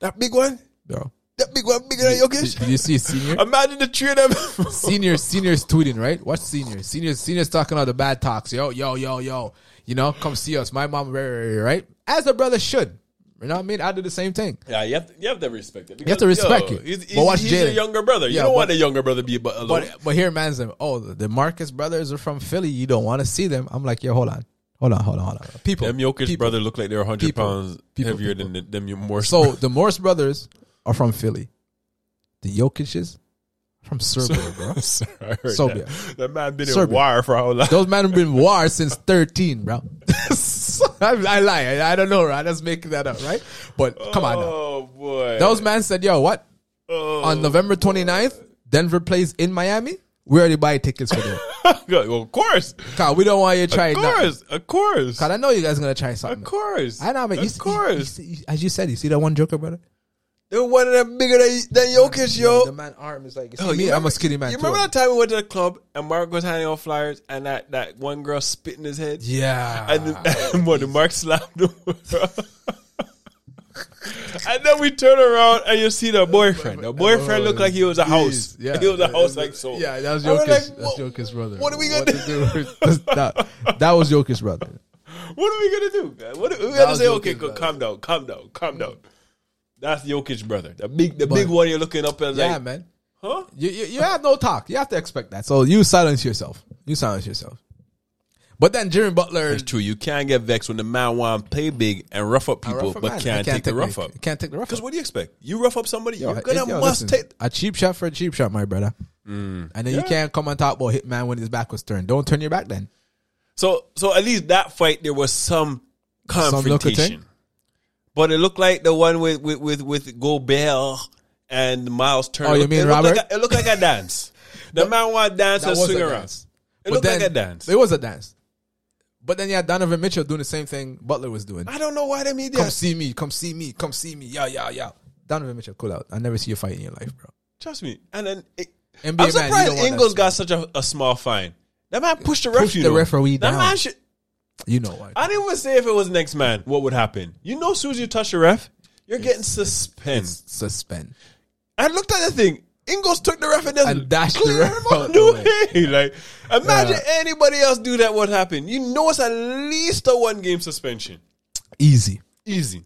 Speaker 1: That big one?
Speaker 2: bro,
Speaker 1: That big one bigger than
Speaker 2: did,
Speaker 1: Jokic?
Speaker 2: did you see senior?
Speaker 1: Imagine the three of them.
Speaker 2: senior, seniors tweeting right? Watch senior, seniors, seniors talking all the bad talks. Yo, yo, yo, yo. You know, come see us. My mom, right, right, right, right? As a brother should. You know what I mean? I do the same thing.
Speaker 1: yeah, you have, to, you have to respect it.
Speaker 2: You have to respect it.
Speaker 1: He's,
Speaker 2: But
Speaker 1: he's,
Speaker 2: watch
Speaker 1: he's
Speaker 2: Jalen.
Speaker 1: your younger brother. you
Speaker 2: Yeah,
Speaker 1: don't want
Speaker 2: but-
Speaker 1: the younger brother to be but alone.
Speaker 2: But but here, man's them. Oh, the Marcus brothers are from Philly. You don't want to see them. I'm like, yo, hold on, hold on, hold on, hold on. People,
Speaker 1: them Jokic
Speaker 2: people.
Speaker 1: brother look like they're 100
Speaker 2: People.
Speaker 1: pounds
Speaker 2: People,
Speaker 1: heavier than the, them your Morris
Speaker 2: So the Morris brothers are from Philly. The Jokic's from Serbia, bro.
Speaker 1: Sorry, I heard
Speaker 2: Serbia.
Speaker 1: That. that man been
Speaker 2: Serbia.
Speaker 1: in wire for how long?
Speaker 2: Those men have been war since 13, bro. so I, I lie. I, I don't know, right? That's making that up, right? But come on now.
Speaker 1: Oh boy.
Speaker 2: Those man said, yo, what?
Speaker 1: oh.
Speaker 2: On November 29th, Denver plays in Miami. We already buy tickets for them.
Speaker 1: well, of course,
Speaker 2: Kyle, we don't want you to try
Speaker 1: of
Speaker 2: it now.
Speaker 1: course, of course,
Speaker 2: Kyle,
Speaker 1: of
Speaker 2: I know you guys going to try something.
Speaker 1: course.
Speaker 2: I know, man. You,
Speaker 1: of
Speaker 2: see- you-
Speaker 1: course.
Speaker 2: you see- as you said, you see that one joker, brother?
Speaker 1: They're one of them bigger than, than Jokic,
Speaker 2: The
Speaker 1: yo.
Speaker 2: man arm is like,
Speaker 1: Oh,
Speaker 2: me, I'm a
Speaker 1: you remember-
Speaker 2: skinny man.
Speaker 1: You
Speaker 2: too.
Speaker 1: remember that time we went to the club and Mark was handing out flyers and that, that one girl spit in his head?
Speaker 2: Yeah.
Speaker 1: And
Speaker 2: Ah,
Speaker 1: then what, the Mark slapped him. and then we turn around and you see the boyfriend. The boyfriend looked like he was a
Speaker 2: Jeez,
Speaker 1: house.
Speaker 2: oh, yeah.
Speaker 1: he was a house like so.
Speaker 2: Yeah, that was
Speaker 1: I was
Speaker 2: Jokic.
Speaker 1: like,
Speaker 2: That's
Speaker 1: what-
Speaker 2: Jokic's brother.
Speaker 1: what are we gonna
Speaker 2: do? that, that was Jokic's brother.
Speaker 1: What are we gonna do? man? What are, we
Speaker 2: That
Speaker 1: gotta
Speaker 2: was
Speaker 1: say? Okay,
Speaker 2: Jokic's
Speaker 1: go,
Speaker 2: brother.
Speaker 1: calm down, calm down, calm down. That's Jokic's brother, the big, the big one. You're looking up and
Speaker 2: Yeah,
Speaker 1: like,
Speaker 2: man.
Speaker 1: huh?
Speaker 2: You, you you have no talk. You have to expect that. So you silence yourself. You silence yourself. But then Jimmy Butler
Speaker 1: It's true. You can't get vexed when the man want to play big and rough up people,
Speaker 2: rough up,
Speaker 1: but
Speaker 2: man.
Speaker 1: can't,
Speaker 2: I
Speaker 1: take the rough up.
Speaker 2: Can't take the rough
Speaker 1: Because
Speaker 2: up.
Speaker 1: what do you expect? You rough up somebody,
Speaker 2: Yo,
Speaker 1: you're
Speaker 2: it-
Speaker 1: gonna
Speaker 2: yo,
Speaker 1: must
Speaker 2: listen,
Speaker 1: take. Mm.
Speaker 2: a cheap shot for a cheap shot, my brother. And then you can't come and talk about Hitman when his back was turned. Don't turn your back then.
Speaker 1: So, so at least that fight there was some
Speaker 2: look at it.
Speaker 1: confrontation. but it looked like the one with with with, with Gobert and Miles Turner.
Speaker 2: Oh, you
Speaker 1: It
Speaker 2: mean
Speaker 1: looked
Speaker 2: Robert?
Speaker 1: Like a, it looked like a dance. The man want to dance and
Speaker 2: was a
Speaker 1: swing around.
Speaker 2: dance.
Speaker 1: It
Speaker 2: But
Speaker 1: looked
Speaker 2: then-
Speaker 1: like a dance.
Speaker 2: It was a dance. But then you had Donovan Mitchell doing the same thing Butler was doing.
Speaker 1: I don't know why them
Speaker 2: Come
Speaker 1: idiots.
Speaker 2: see me. Come see me. Come see me. Yeah, yeah, yeah. Donovan Mitchell, cool out. I never see you fight in your life, bro.
Speaker 1: Trust me. And then it,
Speaker 2: NBA man,
Speaker 1: I'm
Speaker 2: you don't
Speaker 1: surprised
Speaker 2: want that
Speaker 1: Ingles
Speaker 2: shit.
Speaker 1: got such a, a small fine. That man pushed the ref.
Speaker 2: Pushed
Speaker 1: you
Speaker 2: the
Speaker 1: know.
Speaker 2: referee
Speaker 1: That
Speaker 2: down.
Speaker 1: man should.
Speaker 2: You know what?
Speaker 1: I didn't even say if it was next man, what would happen. You know, as soon as you touch the ref, you're getting suspended.
Speaker 2: Suspend.
Speaker 1: I looked at the thing. Ingles took the ref and, just
Speaker 2: And dashed the
Speaker 1: cleared
Speaker 2: ref
Speaker 1: him
Speaker 2: out
Speaker 1: out
Speaker 2: the
Speaker 1: the
Speaker 2: way.
Speaker 1: way. Like, imagine
Speaker 2: Yeah.
Speaker 1: anybody else do that. What happened? You know, it's at least a one game suspension.
Speaker 2: Easy.
Speaker 1: Easy.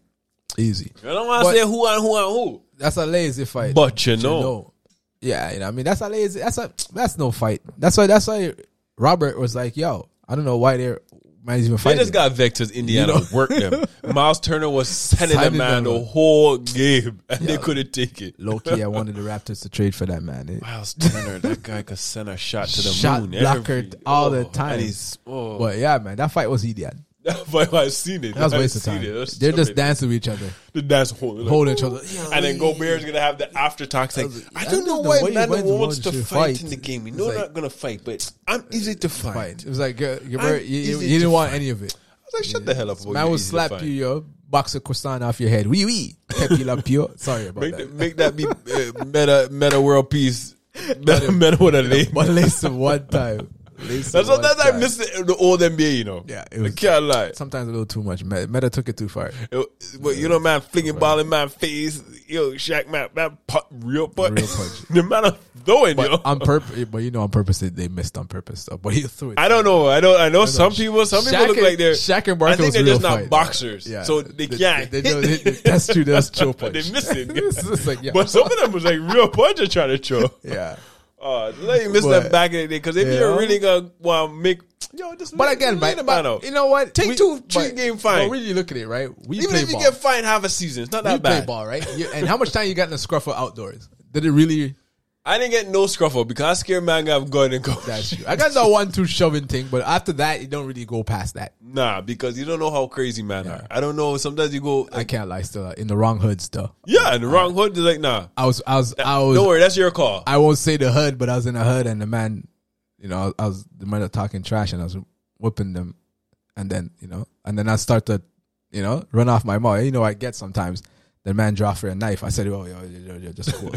Speaker 2: Easy.
Speaker 1: I don't want to
Speaker 2: But-
Speaker 1: say who and who and who,
Speaker 2: That's a lazy fight.
Speaker 1: but you
Speaker 2: You
Speaker 1: know,
Speaker 2: know. Yeah, you know, I mean, that's a lazy. That's a that's no fight. That's why. That's why Robert was like, "Yo, I don't know why they're man's even
Speaker 1: they
Speaker 2: fighting."
Speaker 1: just got vectors. Indiana
Speaker 2: You know?
Speaker 1: worked them. Miles Turner was sending a
Speaker 2: Signing
Speaker 1: man
Speaker 2: them
Speaker 1: the
Speaker 2: up.
Speaker 1: whole game, and they couldn't take it.
Speaker 2: Low key, I wanted the Raptors to trade for that man. It-
Speaker 1: Miles Turner, that guy could send a shot to the
Speaker 2: Shot
Speaker 1: moon.
Speaker 2: blocker
Speaker 1: every-
Speaker 2: all the
Speaker 1: and
Speaker 2: time.
Speaker 1: he's- oh.
Speaker 2: But yeah, man, that fight was idiot.
Speaker 1: But I've seen it.
Speaker 2: That was a
Speaker 1: I've
Speaker 2: waste of
Speaker 1: seen
Speaker 2: time.
Speaker 1: it. That's
Speaker 2: They're just
Speaker 1: stupid.
Speaker 2: dancing with each other,
Speaker 1: the dance holding,
Speaker 2: holding each other.
Speaker 1: and then Gobert's gonna have the after talks. Like, I
Speaker 2: I
Speaker 1: don't know
Speaker 2: don't
Speaker 1: why
Speaker 2: know why
Speaker 1: man
Speaker 2: you want
Speaker 1: wants to
Speaker 2: to
Speaker 1: fight,
Speaker 2: fight.
Speaker 1: in the game. You know,
Speaker 2: It's
Speaker 1: I'm
Speaker 2: like-
Speaker 1: not gonna fight, but I'm easy to fight.
Speaker 2: Fight. It was like uh, Gobert, you, you,
Speaker 1: easy
Speaker 2: you didn't
Speaker 1: to
Speaker 2: want any of it.
Speaker 1: I was like, shut the hell up, about
Speaker 2: man
Speaker 1: you're
Speaker 2: will
Speaker 1: easy to
Speaker 2: slap
Speaker 1: fight.
Speaker 2: you, yo. Box of croissant off your head. Wee wee. Pepe La Pio. Sorry about
Speaker 1: Make,
Speaker 2: that.
Speaker 1: the, make that be uh, meta meta world peace. Meta, meta with a name.
Speaker 2: But listen, one time. Listen
Speaker 1: That's
Speaker 2: one
Speaker 1: what that I
Speaker 2: time.
Speaker 1: miss the, the old NBA. You know,
Speaker 2: Yeah, it
Speaker 1: I
Speaker 2: was-
Speaker 1: can't lie.
Speaker 2: Sometimes a little too much. Meta, Meta took it too far.
Speaker 1: Yo, But you know, man, flinging ball in my face. Yo, Shaq, man, man, put, real punch.
Speaker 2: Real punch.
Speaker 1: the man I'm throwing, yo.
Speaker 2: But on purpose, but you know, on purpose, they, they missed on purpose. Though. But he threw it.
Speaker 1: I don't know. I don't. I know some people. Some people
Speaker 2: Shaq
Speaker 1: look
Speaker 2: and-
Speaker 1: like they're.
Speaker 2: Shaq and
Speaker 1: I
Speaker 2: Barkley
Speaker 1: think
Speaker 2: was
Speaker 1: they're just
Speaker 2: real
Speaker 1: not
Speaker 2: fight,
Speaker 1: boxers,
Speaker 2: yeah.
Speaker 1: so they can't.
Speaker 2: They,
Speaker 1: hit.
Speaker 2: don't- they- they- that's true. That's true. Punch.
Speaker 1: But they missed it.
Speaker 2: It's just like, yeah.
Speaker 1: But some of them was like real puncher trying to throw.
Speaker 2: yeah.
Speaker 1: Oh, let you miss
Speaker 2: But-
Speaker 1: that back in the day because if
Speaker 2: Yeah.
Speaker 1: you're really gonna want to make, yo, just
Speaker 2: But
Speaker 1: let-
Speaker 2: again,
Speaker 1: let
Speaker 2: man,
Speaker 1: the man
Speaker 2: but
Speaker 1: out.
Speaker 2: you know what?
Speaker 1: Take two, three game fine.
Speaker 2: But really look at it, right? We
Speaker 1: even
Speaker 2: play
Speaker 1: if you
Speaker 2: ball.
Speaker 1: get fined half a season, it's not
Speaker 2: we
Speaker 1: that
Speaker 2: play
Speaker 1: bad.
Speaker 2: ball, right? You, and how much time you got in the scruffle outdoors? Did it really?
Speaker 1: I didn't get no scruffle because I scared man got gun and go.
Speaker 2: That's you. I got that one two shoving thing, but after that, you don't really go past that.
Speaker 1: Nah, because you don't know how crazy man are. I don't know. Sometimes you go,
Speaker 2: I can't lie, still uh, in the wrong hoods though.
Speaker 1: yeah, in the wrong hood. They're like, nah,
Speaker 2: I was, I was, I was.
Speaker 1: don't worry, that's your call.
Speaker 2: I won't say the hood, but I was in a hood, and the man, you know, I was the man was talking trash, and I was whipping them, and then you know, and then I start to, you know, run off my mouth. You know, I get sometimes the man draw for a knife. I said, "Oh, yo, yo, yo, yo just cool."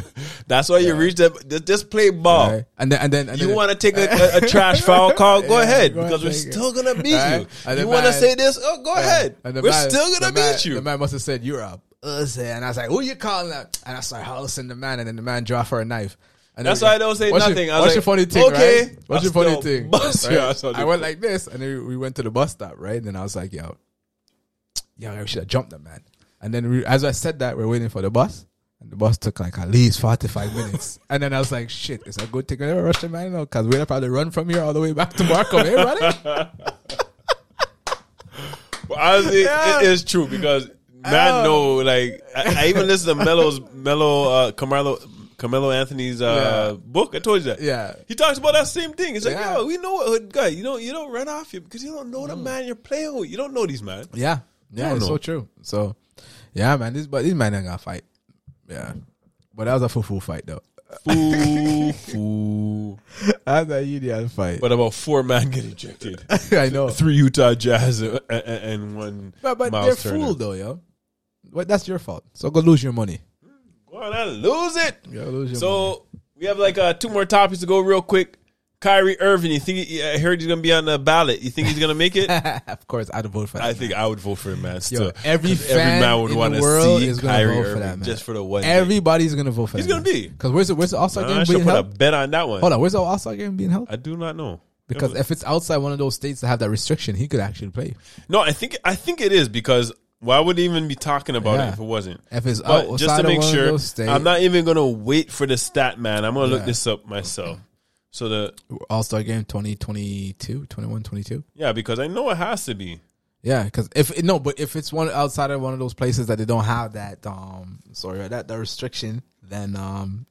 Speaker 1: That's why you reach that. Just, just play ball.
Speaker 2: Right? And then, and then, and
Speaker 1: Oh. You
Speaker 2: then,
Speaker 1: want to take a, a, a trash foul call? Go
Speaker 2: Yeah,
Speaker 1: ahead,
Speaker 2: go
Speaker 1: because we're
Speaker 2: ahead.
Speaker 1: still gonna beat
Speaker 2: Alright.
Speaker 1: you.
Speaker 2: And
Speaker 1: You
Speaker 2: the
Speaker 1: want to
Speaker 2: man-
Speaker 1: say this? Oh, go ahead.
Speaker 2: And the
Speaker 1: We're
Speaker 2: man-
Speaker 1: still gonna
Speaker 2: the man-
Speaker 1: beat you.
Speaker 2: The man must have said, "You're a pussy," and I was like, "Who you calling that?" And I started howling the man, and then the man draw for a knife. And then
Speaker 1: That's
Speaker 2: we-
Speaker 1: why I don't say
Speaker 2: what's
Speaker 1: nothing.
Speaker 2: Your,
Speaker 1: I was
Speaker 2: what's
Speaker 1: like,
Speaker 2: your funny thing?
Speaker 1: okay,
Speaker 2: right? what's
Speaker 1: I
Speaker 2: your funny
Speaker 1: still
Speaker 2: thing?
Speaker 1: bust
Speaker 2: right?
Speaker 1: your ass on
Speaker 2: I
Speaker 1: the
Speaker 2: went like this, and then we went to the bus stop, right? And then I was like, "Yo, yo, I should have jumped the man." And then, we, as I said that, we're waiting for the bus. And the bus took like at least 45 minutes. And then I was like, shit, it's a good thing. I never rushed the man, because we'd have probably run from here all the way back to Markham, eh, brother?
Speaker 1: But honestly,
Speaker 2: Yeah.
Speaker 1: it is true because man,
Speaker 2: Oh.
Speaker 1: know like I, I even listen to Melo's Melo uh, Carmelo Camelo Anthony's uh,
Speaker 2: Yeah.
Speaker 1: book. I told you that.
Speaker 2: Yeah.
Speaker 1: He talks about that same thing. It's like,
Speaker 2: Yeah. Mm.
Speaker 1: yo, we know a hood guy. You don't you don't run off him because you don't know the man you're playing with. You don't know these man.
Speaker 2: Yeah. Yeah,
Speaker 1: don't
Speaker 2: it's
Speaker 1: know.
Speaker 2: so true. So, yeah, man, this but this man ain't gonna fight. Yeah. But that was a fufu fight though.
Speaker 1: Foo foo.
Speaker 2: That's a union fight.
Speaker 1: But about four man get ejected.
Speaker 2: I know.
Speaker 1: Three Utah Jazz uh, uh, uh, and one.
Speaker 2: Oh. But, but
Speaker 1: Miles
Speaker 2: they're
Speaker 1: Turner.
Speaker 2: fooled though, yo. But that's your fault. So go lose your money.
Speaker 1: Go on, I lose it.
Speaker 2: Go lose your
Speaker 1: So we have like uh, two more topics to go real quick. Kyrie Irving, you think? He, I heard he's gonna be on the ballot. You think he's gonna make it?
Speaker 2: money. of course, I'd vote for that.
Speaker 1: I think I would vote for him, man. Still,
Speaker 2: Yo, every
Speaker 1: 'Cause
Speaker 2: fan in the
Speaker 1: wanna
Speaker 2: world is gonna vote for that, man.
Speaker 1: just for the one. thing.
Speaker 2: Everybody's gonna vote for
Speaker 1: He's
Speaker 2: that.
Speaker 1: gonna
Speaker 2: man.
Speaker 1: be.
Speaker 2: Cause where's the where's the All Star
Speaker 1: I
Speaker 2: game
Speaker 1: should
Speaker 2: being
Speaker 1: put a
Speaker 2: held?
Speaker 1: bet on that one.
Speaker 2: Hold on, where's the All Star game being held?
Speaker 1: I do not know
Speaker 2: Because if it's outside one of those states that have that restriction, he could actually play.
Speaker 1: no, I think I think it is because why would they even be talking about
Speaker 2: Yeah.
Speaker 1: it if it wasn't?
Speaker 2: If it's
Speaker 1: But
Speaker 2: outside
Speaker 1: just to make
Speaker 2: of one of
Speaker 1: sure,
Speaker 2: those states,
Speaker 1: I'm not even gonna wait for the stat, man. I'm gonna
Speaker 2: Yeah.
Speaker 1: look this up myself. So the
Speaker 2: All Star Game 2022, 21, 22.
Speaker 1: yeah, because I know it has to be.
Speaker 2: Yeah, because if no, but if it's one outside of one of those places that they don't have that um sorry that that restriction, then um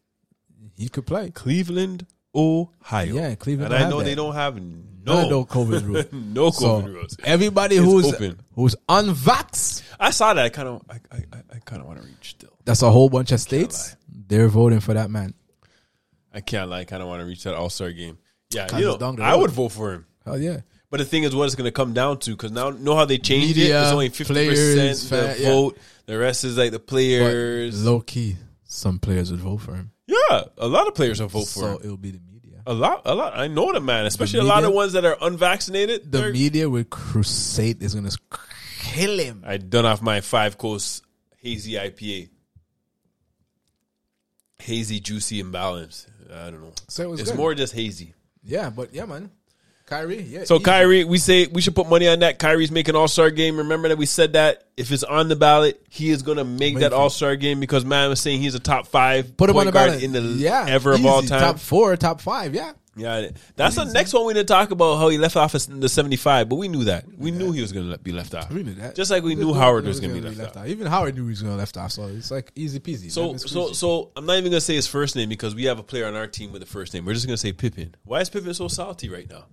Speaker 2: he could play.
Speaker 1: Cleveland, Ohio.
Speaker 2: Yeah, Cleveland
Speaker 1: And
Speaker 2: don't
Speaker 1: I
Speaker 2: have
Speaker 1: know they
Speaker 2: that.
Speaker 1: don't have no
Speaker 2: No, no COVID rule.
Speaker 1: no
Speaker 2: so
Speaker 1: COVID rules.
Speaker 2: everybody
Speaker 1: It's
Speaker 2: who's
Speaker 1: open.
Speaker 2: who's unvaxxed,
Speaker 1: I saw that. I kind of I I, I kind of want to reach still.
Speaker 2: that's a whole bunch of states. They're voting for that man.
Speaker 1: I can't lie. I kind of want to reach that All Star game. Yeah,
Speaker 2: Kinda
Speaker 1: you know,
Speaker 2: down the
Speaker 1: I
Speaker 2: road.
Speaker 1: would vote for him.
Speaker 2: Hell yeah,
Speaker 1: But the thing is, what it's going to come down to, because now know how they changed
Speaker 2: Media,
Speaker 1: it. It's only fifty percent
Speaker 2: players,
Speaker 1: the
Speaker 2: fa- yeah.
Speaker 1: vote. The rest is like the players.
Speaker 2: low key, some players would vote for him.
Speaker 1: yeah, a lot of players will vote for
Speaker 2: so
Speaker 1: him.
Speaker 2: it'll be the media.
Speaker 1: A lot, a lot. I know the man, especially a lot
Speaker 2: media-
Speaker 1: of ones that are unvaccinated.
Speaker 2: The
Speaker 1: they're-
Speaker 2: media will crusade is gonna kill him.
Speaker 1: I done off my five course hazy IPA. Hazy, juicy, and balanced. I don't know.
Speaker 2: So it was
Speaker 1: it's
Speaker 2: good.
Speaker 1: more just hazy.
Speaker 2: Yeah, but yeah, man, Kyrie. Yeah,
Speaker 1: So
Speaker 2: he-
Speaker 1: Kyrie, we say we should put money on that. Kyrie's making All Star game. Remember that we said that if it's on the ballot, he is going to make that
Speaker 2: Amazing.
Speaker 1: All Star game because man was saying he's a top five
Speaker 2: put him on
Speaker 1: point
Speaker 2: the
Speaker 1: guard
Speaker 2: ballot.
Speaker 1: in the
Speaker 2: yeah,
Speaker 1: ever of all
Speaker 2: easy.
Speaker 1: time.
Speaker 2: Top four, top five. Yeah,
Speaker 1: Yeah, that's the next one we didn't talk about how he left off as the seventy five, but we knew that we knew he was going to be left off.
Speaker 2: we knew that.
Speaker 1: Just like we knew
Speaker 2: knew
Speaker 1: Howard
Speaker 2: he
Speaker 1: was going to be left, off.
Speaker 2: Even Howard knew he was going to left off. So it's like easy peasy.
Speaker 1: So
Speaker 2: Lemon
Speaker 1: so
Speaker 2: squeezy.
Speaker 1: so I'm not even going to say his first name because we have a player on our team with a first name. We're just going to say Pippin. Why is Pippin so salty right now?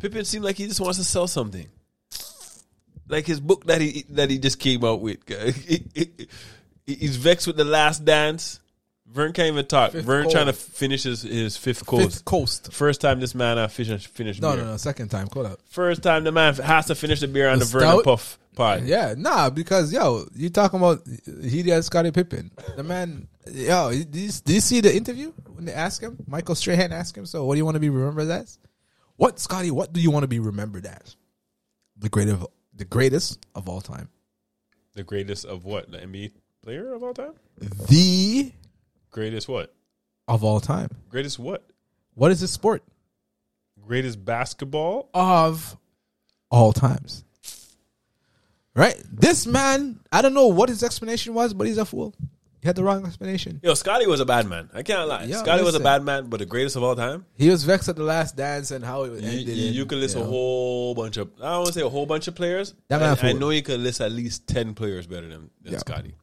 Speaker 1: Pippin seems like he just wants to sell something. Like his book that he that he just came out with. He's vexed with the last dance. Vern can't even talk.
Speaker 2: Fifth
Speaker 1: Vern
Speaker 2: code.
Speaker 1: trying to finish his, his fifth code.
Speaker 2: fifth coast.
Speaker 1: First time this man uh, finished finished
Speaker 2: No,
Speaker 1: beer.
Speaker 2: no, no. Second time. Call out.
Speaker 1: First time the man has to finish the beer on the,
Speaker 2: The
Speaker 1: Vernon
Speaker 2: stout?
Speaker 1: Puff pod.
Speaker 2: Yeah, nah, because yo, you talking about he did Scottie Pippen. The man, yo, did you, did you see the interview when they asked him? Michael Strahan asked him, "So, what do you want to be remembered as? What Scotty? What do you want to be remembered as? The great of the greatest of all time,
Speaker 1: The greatest of what? The NBA player of all time?
Speaker 2: the
Speaker 1: Greatest what?
Speaker 2: of all time.
Speaker 1: Greatest what?
Speaker 2: What is this sport
Speaker 1: greatest basketball.
Speaker 2: of all times? Right? This man, I don't know what his explanation was, but he's a fool. He had the wrong explanation.
Speaker 1: Yo, Scotty was a bad man. I can't lie.
Speaker 2: Yeah,
Speaker 1: Scotty was a
Speaker 2: listen.
Speaker 1: bad man, but the greatest of all time.
Speaker 2: He was vexed at the last dance and how it
Speaker 1: You,
Speaker 2: ended.
Speaker 1: you-
Speaker 2: and,
Speaker 1: you could list
Speaker 2: know.
Speaker 1: a whole bunch of. I don't want to say a whole bunch of players.
Speaker 2: That man
Speaker 1: I,
Speaker 2: fool.
Speaker 1: I know you could list at least ten players better than, than
Speaker 2: Yeah.
Speaker 1: Scotty,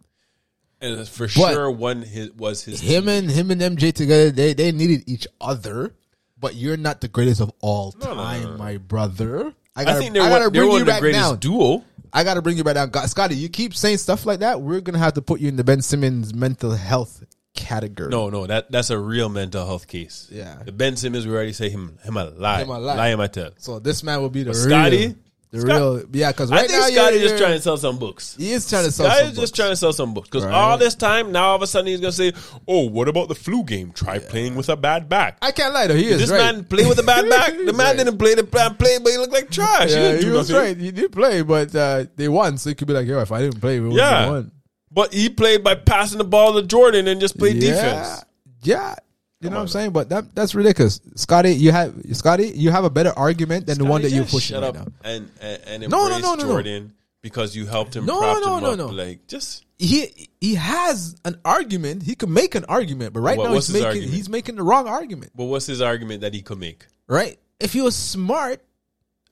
Speaker 1: and for
Speaker 2: But-
Speaker 1: sure one his, was his.
Speaker 2: him and him and MJ together. They they needed each other, but you're not the greatest of all
Speaker 1: no, no,
Speaker 2: time,
Speaker 1: no, no.
Speaker 2: my brother. I
Speaker 1: I
Speaker 2: gotta, I
Speaker 1: think they're,
Speaker 2: gotta
Speaker 1: one, they're
Speaker 2: bring
Speaker 1: one
Speaker 2: you
Speaker 1: of the
Speaker 2: back
Speaker 1: greatest
Speaker 2: down.
Speaker 1: duo.
Speaker 2: I gotta bring you back down, God, Scotty. You keep saying stuff like that. We're gonna have to put you in the Ben Simmons mental health category.
Speaker 1: No, no, that that's a real mental health case.
Speaker 2: Yeah.
Speaker 1: the Ben Simmons we already say him him a lie,
Speaker 2: Him a lie.
Speaker 1: lie him I tell.
Speaker 2: So this man will be the real,
Speaker 1: Scotty?
Speaker 2: the
Speaker 1: Scott-
Speaker 2: real, yeah. Because
Speaker 1: I
Speaker 2: right
Speaker 1: think
Speaker 2: now,
Speaker 1: Scotty
Speaker 2: you're,
Speaker 1: just trying to sell some books.
Speaker 2: He is trying to sell.
Speaker 1: Guy
Speaker 2: some
Speaker 1: is just
Speaker 2: books.
Speaker 1: trying to sell some books because
Speaker 2: Right.
Speaker 1: all this time now all of a sudden he's gonna say, "Oh, what about the flu game? Try playing with a bad back."
Speaker 2: I can't lie though. He is
Speaker 1: this
Speaker 2: right.
Speaker 1: man play with a bad back. The
Speaker 2: He's
Speaker 1: man
Speaker 2: right.
Speaker 1: didn't play the plan play, but he looked like trash. he
Speaker 2: Yeah,
Speaker 1: didn't
Speaker 2: he
Speaker 1: do
Speaker 2: was
Speaker 1: nothing.
Speaker 2: right. He did play, but uh, they won. So it could be like, yo, if I didn't play, we would
Speaker 1: Yeah.
Speaker 2: have won.
Speaker 1: But he played by passing the ball to Jordan and just played
Speaker 2: yeah.
Speaker 1: defense.
Speaker 2: Yeah. You know what
Speaker 1: on,
Speaker 2: I'm saying? But that that's ridiculous. Scotty, you have Scotty, you have a better argument than the one that
Speaker 1: Scotty,
Speaker 2: you're
Speaker 1: just
Speaker 2: pushing
Speaker 1: shut
Speaker 2: right
Speaker 1: up
Speaker 2: now.
Speaker 1: and and, and
Speaker 2: No, no,
Speaker 1: embrace
Speaker 2: no, no, no.
Speaker 1: Jordan because you helped him.
Speaker 2: No,
Speaker 1: propped
Speaker 2: no,
Speaker 1: him
Speaker 2: no,
Speaker 1: up.
Speaker 2: no.
Speaker 1: Like just
Speaker 2: He he has an argument. He could make an argument, but right
Speaker 1: What-
Speaker 2: now
Speaker 1: what's
Speaker 2: he's
Speaker 1: his
Speaker 2: making
Speaker 1: argument?
Speaker 2: he's making the wrong argument.
Speaker 1: but what's his argument that he could make?
Speaker 2: Right? If he was smart,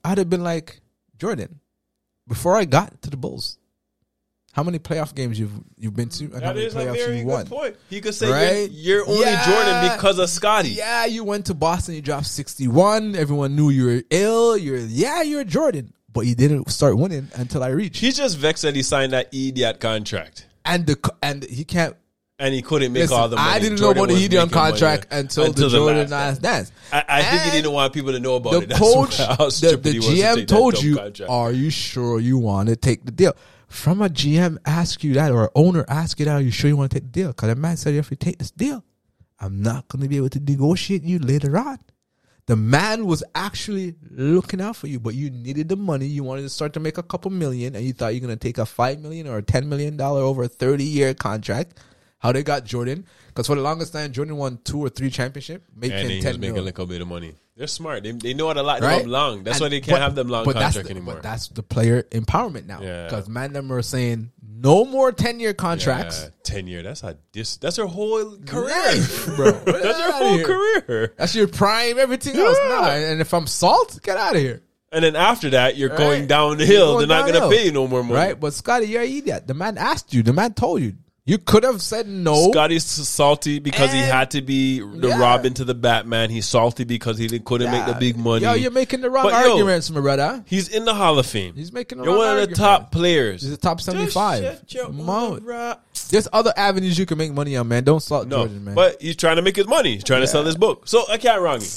Speaker 2: I'd have been like, Jordan, before I got to the Bulls, How many playoff games you've you've been to, and how
Speaker 1: That
Speaker 2: many
Speaker 1: is a very
Speaker 2: playoffs you
Speaker 1: good
Speaker 2: won?
Speaker 1: point. He could say
Speaker 2: Right?
Speaker 1: you're, you're only
Speaker 2: Yeah.
Speaker 1: Jordan because of Scotty.
Speaker 2: Yeah, you went to Boston, you dropped sixty one. Everyone knew you were ill. You're yeah, you're Jordan, but you didn't start winning until I reached.
Speaker 1: He's just vexed that he signed that idiot contract
Speaker 2: And the co- and he can't.
Speaker 1: and he couldn't make
Speaker 2: listen,
Speaker 1: all the money.
Speaker 2: I didn't know
Speaker 1: Jordan
Speaker 2: about the
Speaker 1: was
Speaker 2: Hedion
Speaker 1: making money
Speaker 2: contract until, the
Speaker 1: the last
Speaker 2: Jordan
Speaker 1: dance.
Speaker 2: last dance.
Speaker 1: I, I think he
Speaker 2: And-
Speaker 1: didn't want people to know about
Speaker 2: the
Speaker 1: it. That's
Speaker 2: coach,
Speaker 1: why how
Speaker 2: the,
Speaker 1: stupid
Speaker 2: the
Speaker 1: he was to
Speaker 2: GM
Speaker 1: take that
Speaker 2: told
Speaker 1: dumb
Speaker 2: you, "Oh,
Speaker 1: contract.
Speaker 2: "Are you sure you want to take the deal?" From a GM ask you that, or an owner ask you that, "Are you sure you want to take the deal?" Because the man said, "If you take this deal, I'm not going to be able to negotiate you later on." The man was actually looking out for you, but you needed the money. You wanted to start to make a couple million, and you thought you're going to take a five million or a ten million dollar over a thirty year contract. How they got Jordan? Because for the longest time, Jordan won two or three championship, making
Speaker 1: and he was
Speaker 2: ten
Speaker 1: making
Speaker 2: million.
Speaker 1: a little bit of money. They're smart. They, they know how to lock them
Speaker 2: right?
Speaker 1: up long. That's
Speaker 2: And-
Speaker 1: why they can't
Speaker 2: but-
Speaker 1: have them long
Speaker 2: but that's
Speaker 1: contract
Speaker 2: the-
Speaker 1: anymore.
Speaker 2: But that's the player empowerment now.
Speaker 1: Yeah.
Speaker 2: Because man them are saying no more ten year
Speaker 1: Yeah,
Speaker 2: contracts.
Speaker 1: ten year. That's a dis. That's her whole career,
Speaker 2: Life, bro. Get
Speaker 1: that's her
Speaker 2: outta
Speaker 1: whole
Speaker 2: here.
Speaker 1: career.
Speaker 2: That's your prime, everything else.
Speaker 1: Yeah.
Speaker 2: Nah. And if I'm salt, get out of here.
Speaker 1: And then after that, you're going
Speaker 2: Right.
Speaker 1: down the
Speaker 2: You're
Speaker 1: hill.
Speaker 2: going
Speaker 1: They're not going to
Speaker 2: downhill.
Speaker 1: pay you no more money.
Speaker 2: Right? But Scotty, you're an idiot. The man asked you. The man told you. You could have said no.
Speaker 1: Scotty's salty because he
Speaker 2: Oh. And-
Speaker 1: had to be the
Speaker 2: Yeah.
Speaker 1: Robin to the Batman. He's salty because he didn't- couldn't make the big money.
Speaker 2: Ah, Yo, you're making the wrong
Speaker 1: But yo-
Speaker 2: arguments, my brother.
Speaker 1: He's in the Hall of Fame.
Speaker 2: He's making the
Speaker 1: You're
Speaker 2: wrong
Speaker 1: one of the
Speaker 2: argument.
Speaker 1: top players.
Speaker 2: He's the top seventy five.
Speaker 1: Just shut your mouth, bruh.
Speaker 2: There's other avenues you can make money on, man. Don't salt
Speaker 1: No,
Speaker 2: Jordan, man.
Speaker 1: but he's trying to make his money. He's trying to sell his book. So I can't wrong you.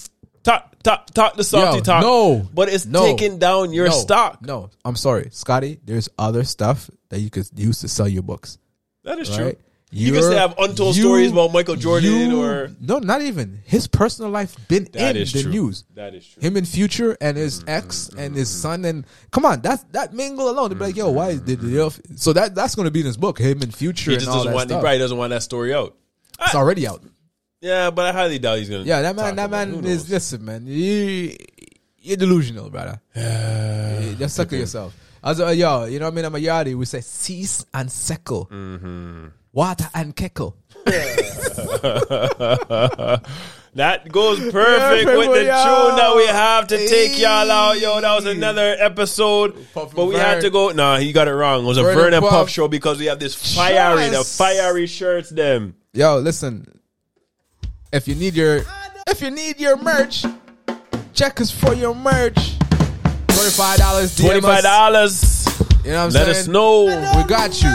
Speaker 1: Talk, talk, talk the salty
Speaker 2: Yo,
Speaker 1: talk.
Speaker 2: no,
Speaker 1: but it's
Speaker 2: no,
Speaker 1: taking down your
Speaker 2: no,
Speaker 1: stock.
Speaker 2: No, I'm sorry, Scotty. There's other stuff that you could use to sell your books.
Speaker 1: That is true.
Speaker 2: Right?
Speaker 1: You can
Speaker 2: You're-
Speaker 1: say I have untold
Speaker 2: you-
Speaker 1: stories about Michael Jordan
Speaker 2: you-
Speaker 1: or
Speaker 2: no, not even his personal life been
Speaker 1: That
Speaker 2: in
Speaker 1: is
Speaker 2: the
Speaker 1: true.
Speaker 2: news.
Speaker 1: That is true. Mm-hmm.
Speaker 2: Him and Future and his ex and his son and come on, that's that mingle alone. They'd be like, yo, why did you so that that's gonna be in his book? Him and Future
Speaker 1: Mm-hmm. He
Speaker 2: and
Speaker 1: just
Speaker 2: all
Speaker 1: doesn't
Speaker 2: that
Speaker 1: want. He
Speaker 2: stuff.
Speaker 1: probably doesn't want that story out.
Speaker 2: It's already out.
Speaker 1: Yeah, but I highly doubt he's gonna.
Speaker 2: Yeah, that man,
Speaker 1: talk
Speaker 2: that
Speaker 1: about it.
Speaker 2: man
Speaker 1: Who
Speaker 2: is
Speaker 1: knows?
Speaker 2: listen, man. You, you're delusional, brother. Yeah, just suckle yourself. As a yo, you know what I mean. I'm a yardie. We say cease and seckle,
Speaker 1: Mm-hmm.
Speaker 2: water and keckle.
Speaker 1: that goes perfect
Speaker 2: Yeah,
Speaker 1: with the
Speaker 2: people, yo.
Speaker 1: tune that we have to take y'all out. Yo, that was
Speaker 2: Hey.
Speaker 1: another episode,
Speaker 2: Puff and
Speaker 1: but we had
Speaker 2: Vern.
Speaker 1: to go. Nah, he got it wrong. It was a
Speaker 2: Vern
Speaker 1: Vern,
Speaker 2: and
Speaker 1: and Puff.
Speaker 2: Puff.
Speaker 1: show because we have this fiery, the
Speaker 2: Yes.
Speaker 1: fiery shirts. Them
Speaker 2: Yo, listen. If you need your, if you need your merch, check us for your merch. Twenty five dollars.
Speaker 1: twenty five dollars.
Speaker 2: You know what I'm
Speaker 1: Let
Speaker 2: saying?
Speaker 1: us know.
Speaker 2: We got you.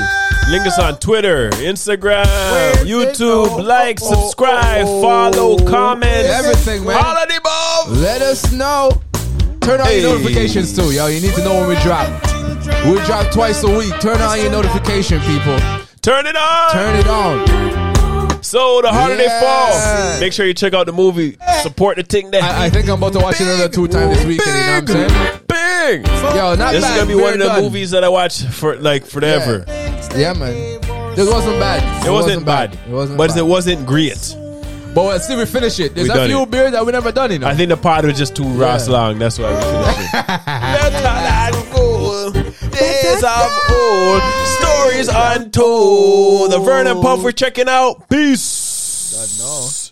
Speaker 1: Link us on Twitter, Instagram,
Speaker 2: Where they
Speaker 1: YouTube.
Speaker 2: go?
Speaker 1: Like,
Speaker 2: Oh, oh,
Speaker 1: subscribe,
Speaker 2: oh.
Speaker 1: follow, comment,
Speaker 2: Everything, man.
Speaker 1: All of the above.
Speaker 2: Let us know. Turn on
Speaker 1: Hey.
Speaker 2: your notifications too, yo. You need to know when we drop. We drop twice a week. Turn on your notification, people.
Speaker 1: Turn it on.
Speaker 2: Turn it on.
Speaker 1: So the harder
Speaker 2: Yeah.
Speaker 1: they fall, make sure you check out the movie. Support the thing that
Speaker 2: I, I think I'm about to watch another two times this weekend. You know what I'm
Speaker 1: Bing!
Speaker 2: saying? Yo, not
Speaker 1: This is
Speaker 2: bad.
Speaker 1: gonna be one
Speaker 2: Very
Speaker 1: of the
Speaker 2: done.
Speaker 1: movies that I watch for like forever.
Speaker 2: Yeah, man. This wasn't bad.
Speaker 1: It, wasn't bad,
Speaker 2: It wasn't
Speaker 1: but
Speaker 2: bad.
Speaker 1: it wasn't great.
Speaker 2: But let's see, we finish it. There's
Speaker 1: We
Speaker 2: a
Speaker 1: done
Speaker 2: few
Speaker 1: it.
Speaker 2: beers that we never done, you know.
Speaker 1: I think the pod was just too Ross long. That's why we finished it. That's how that goes. Days of old, stories untold. The Vern and Puff, we're checking out. Peace.
Speaker 2: no.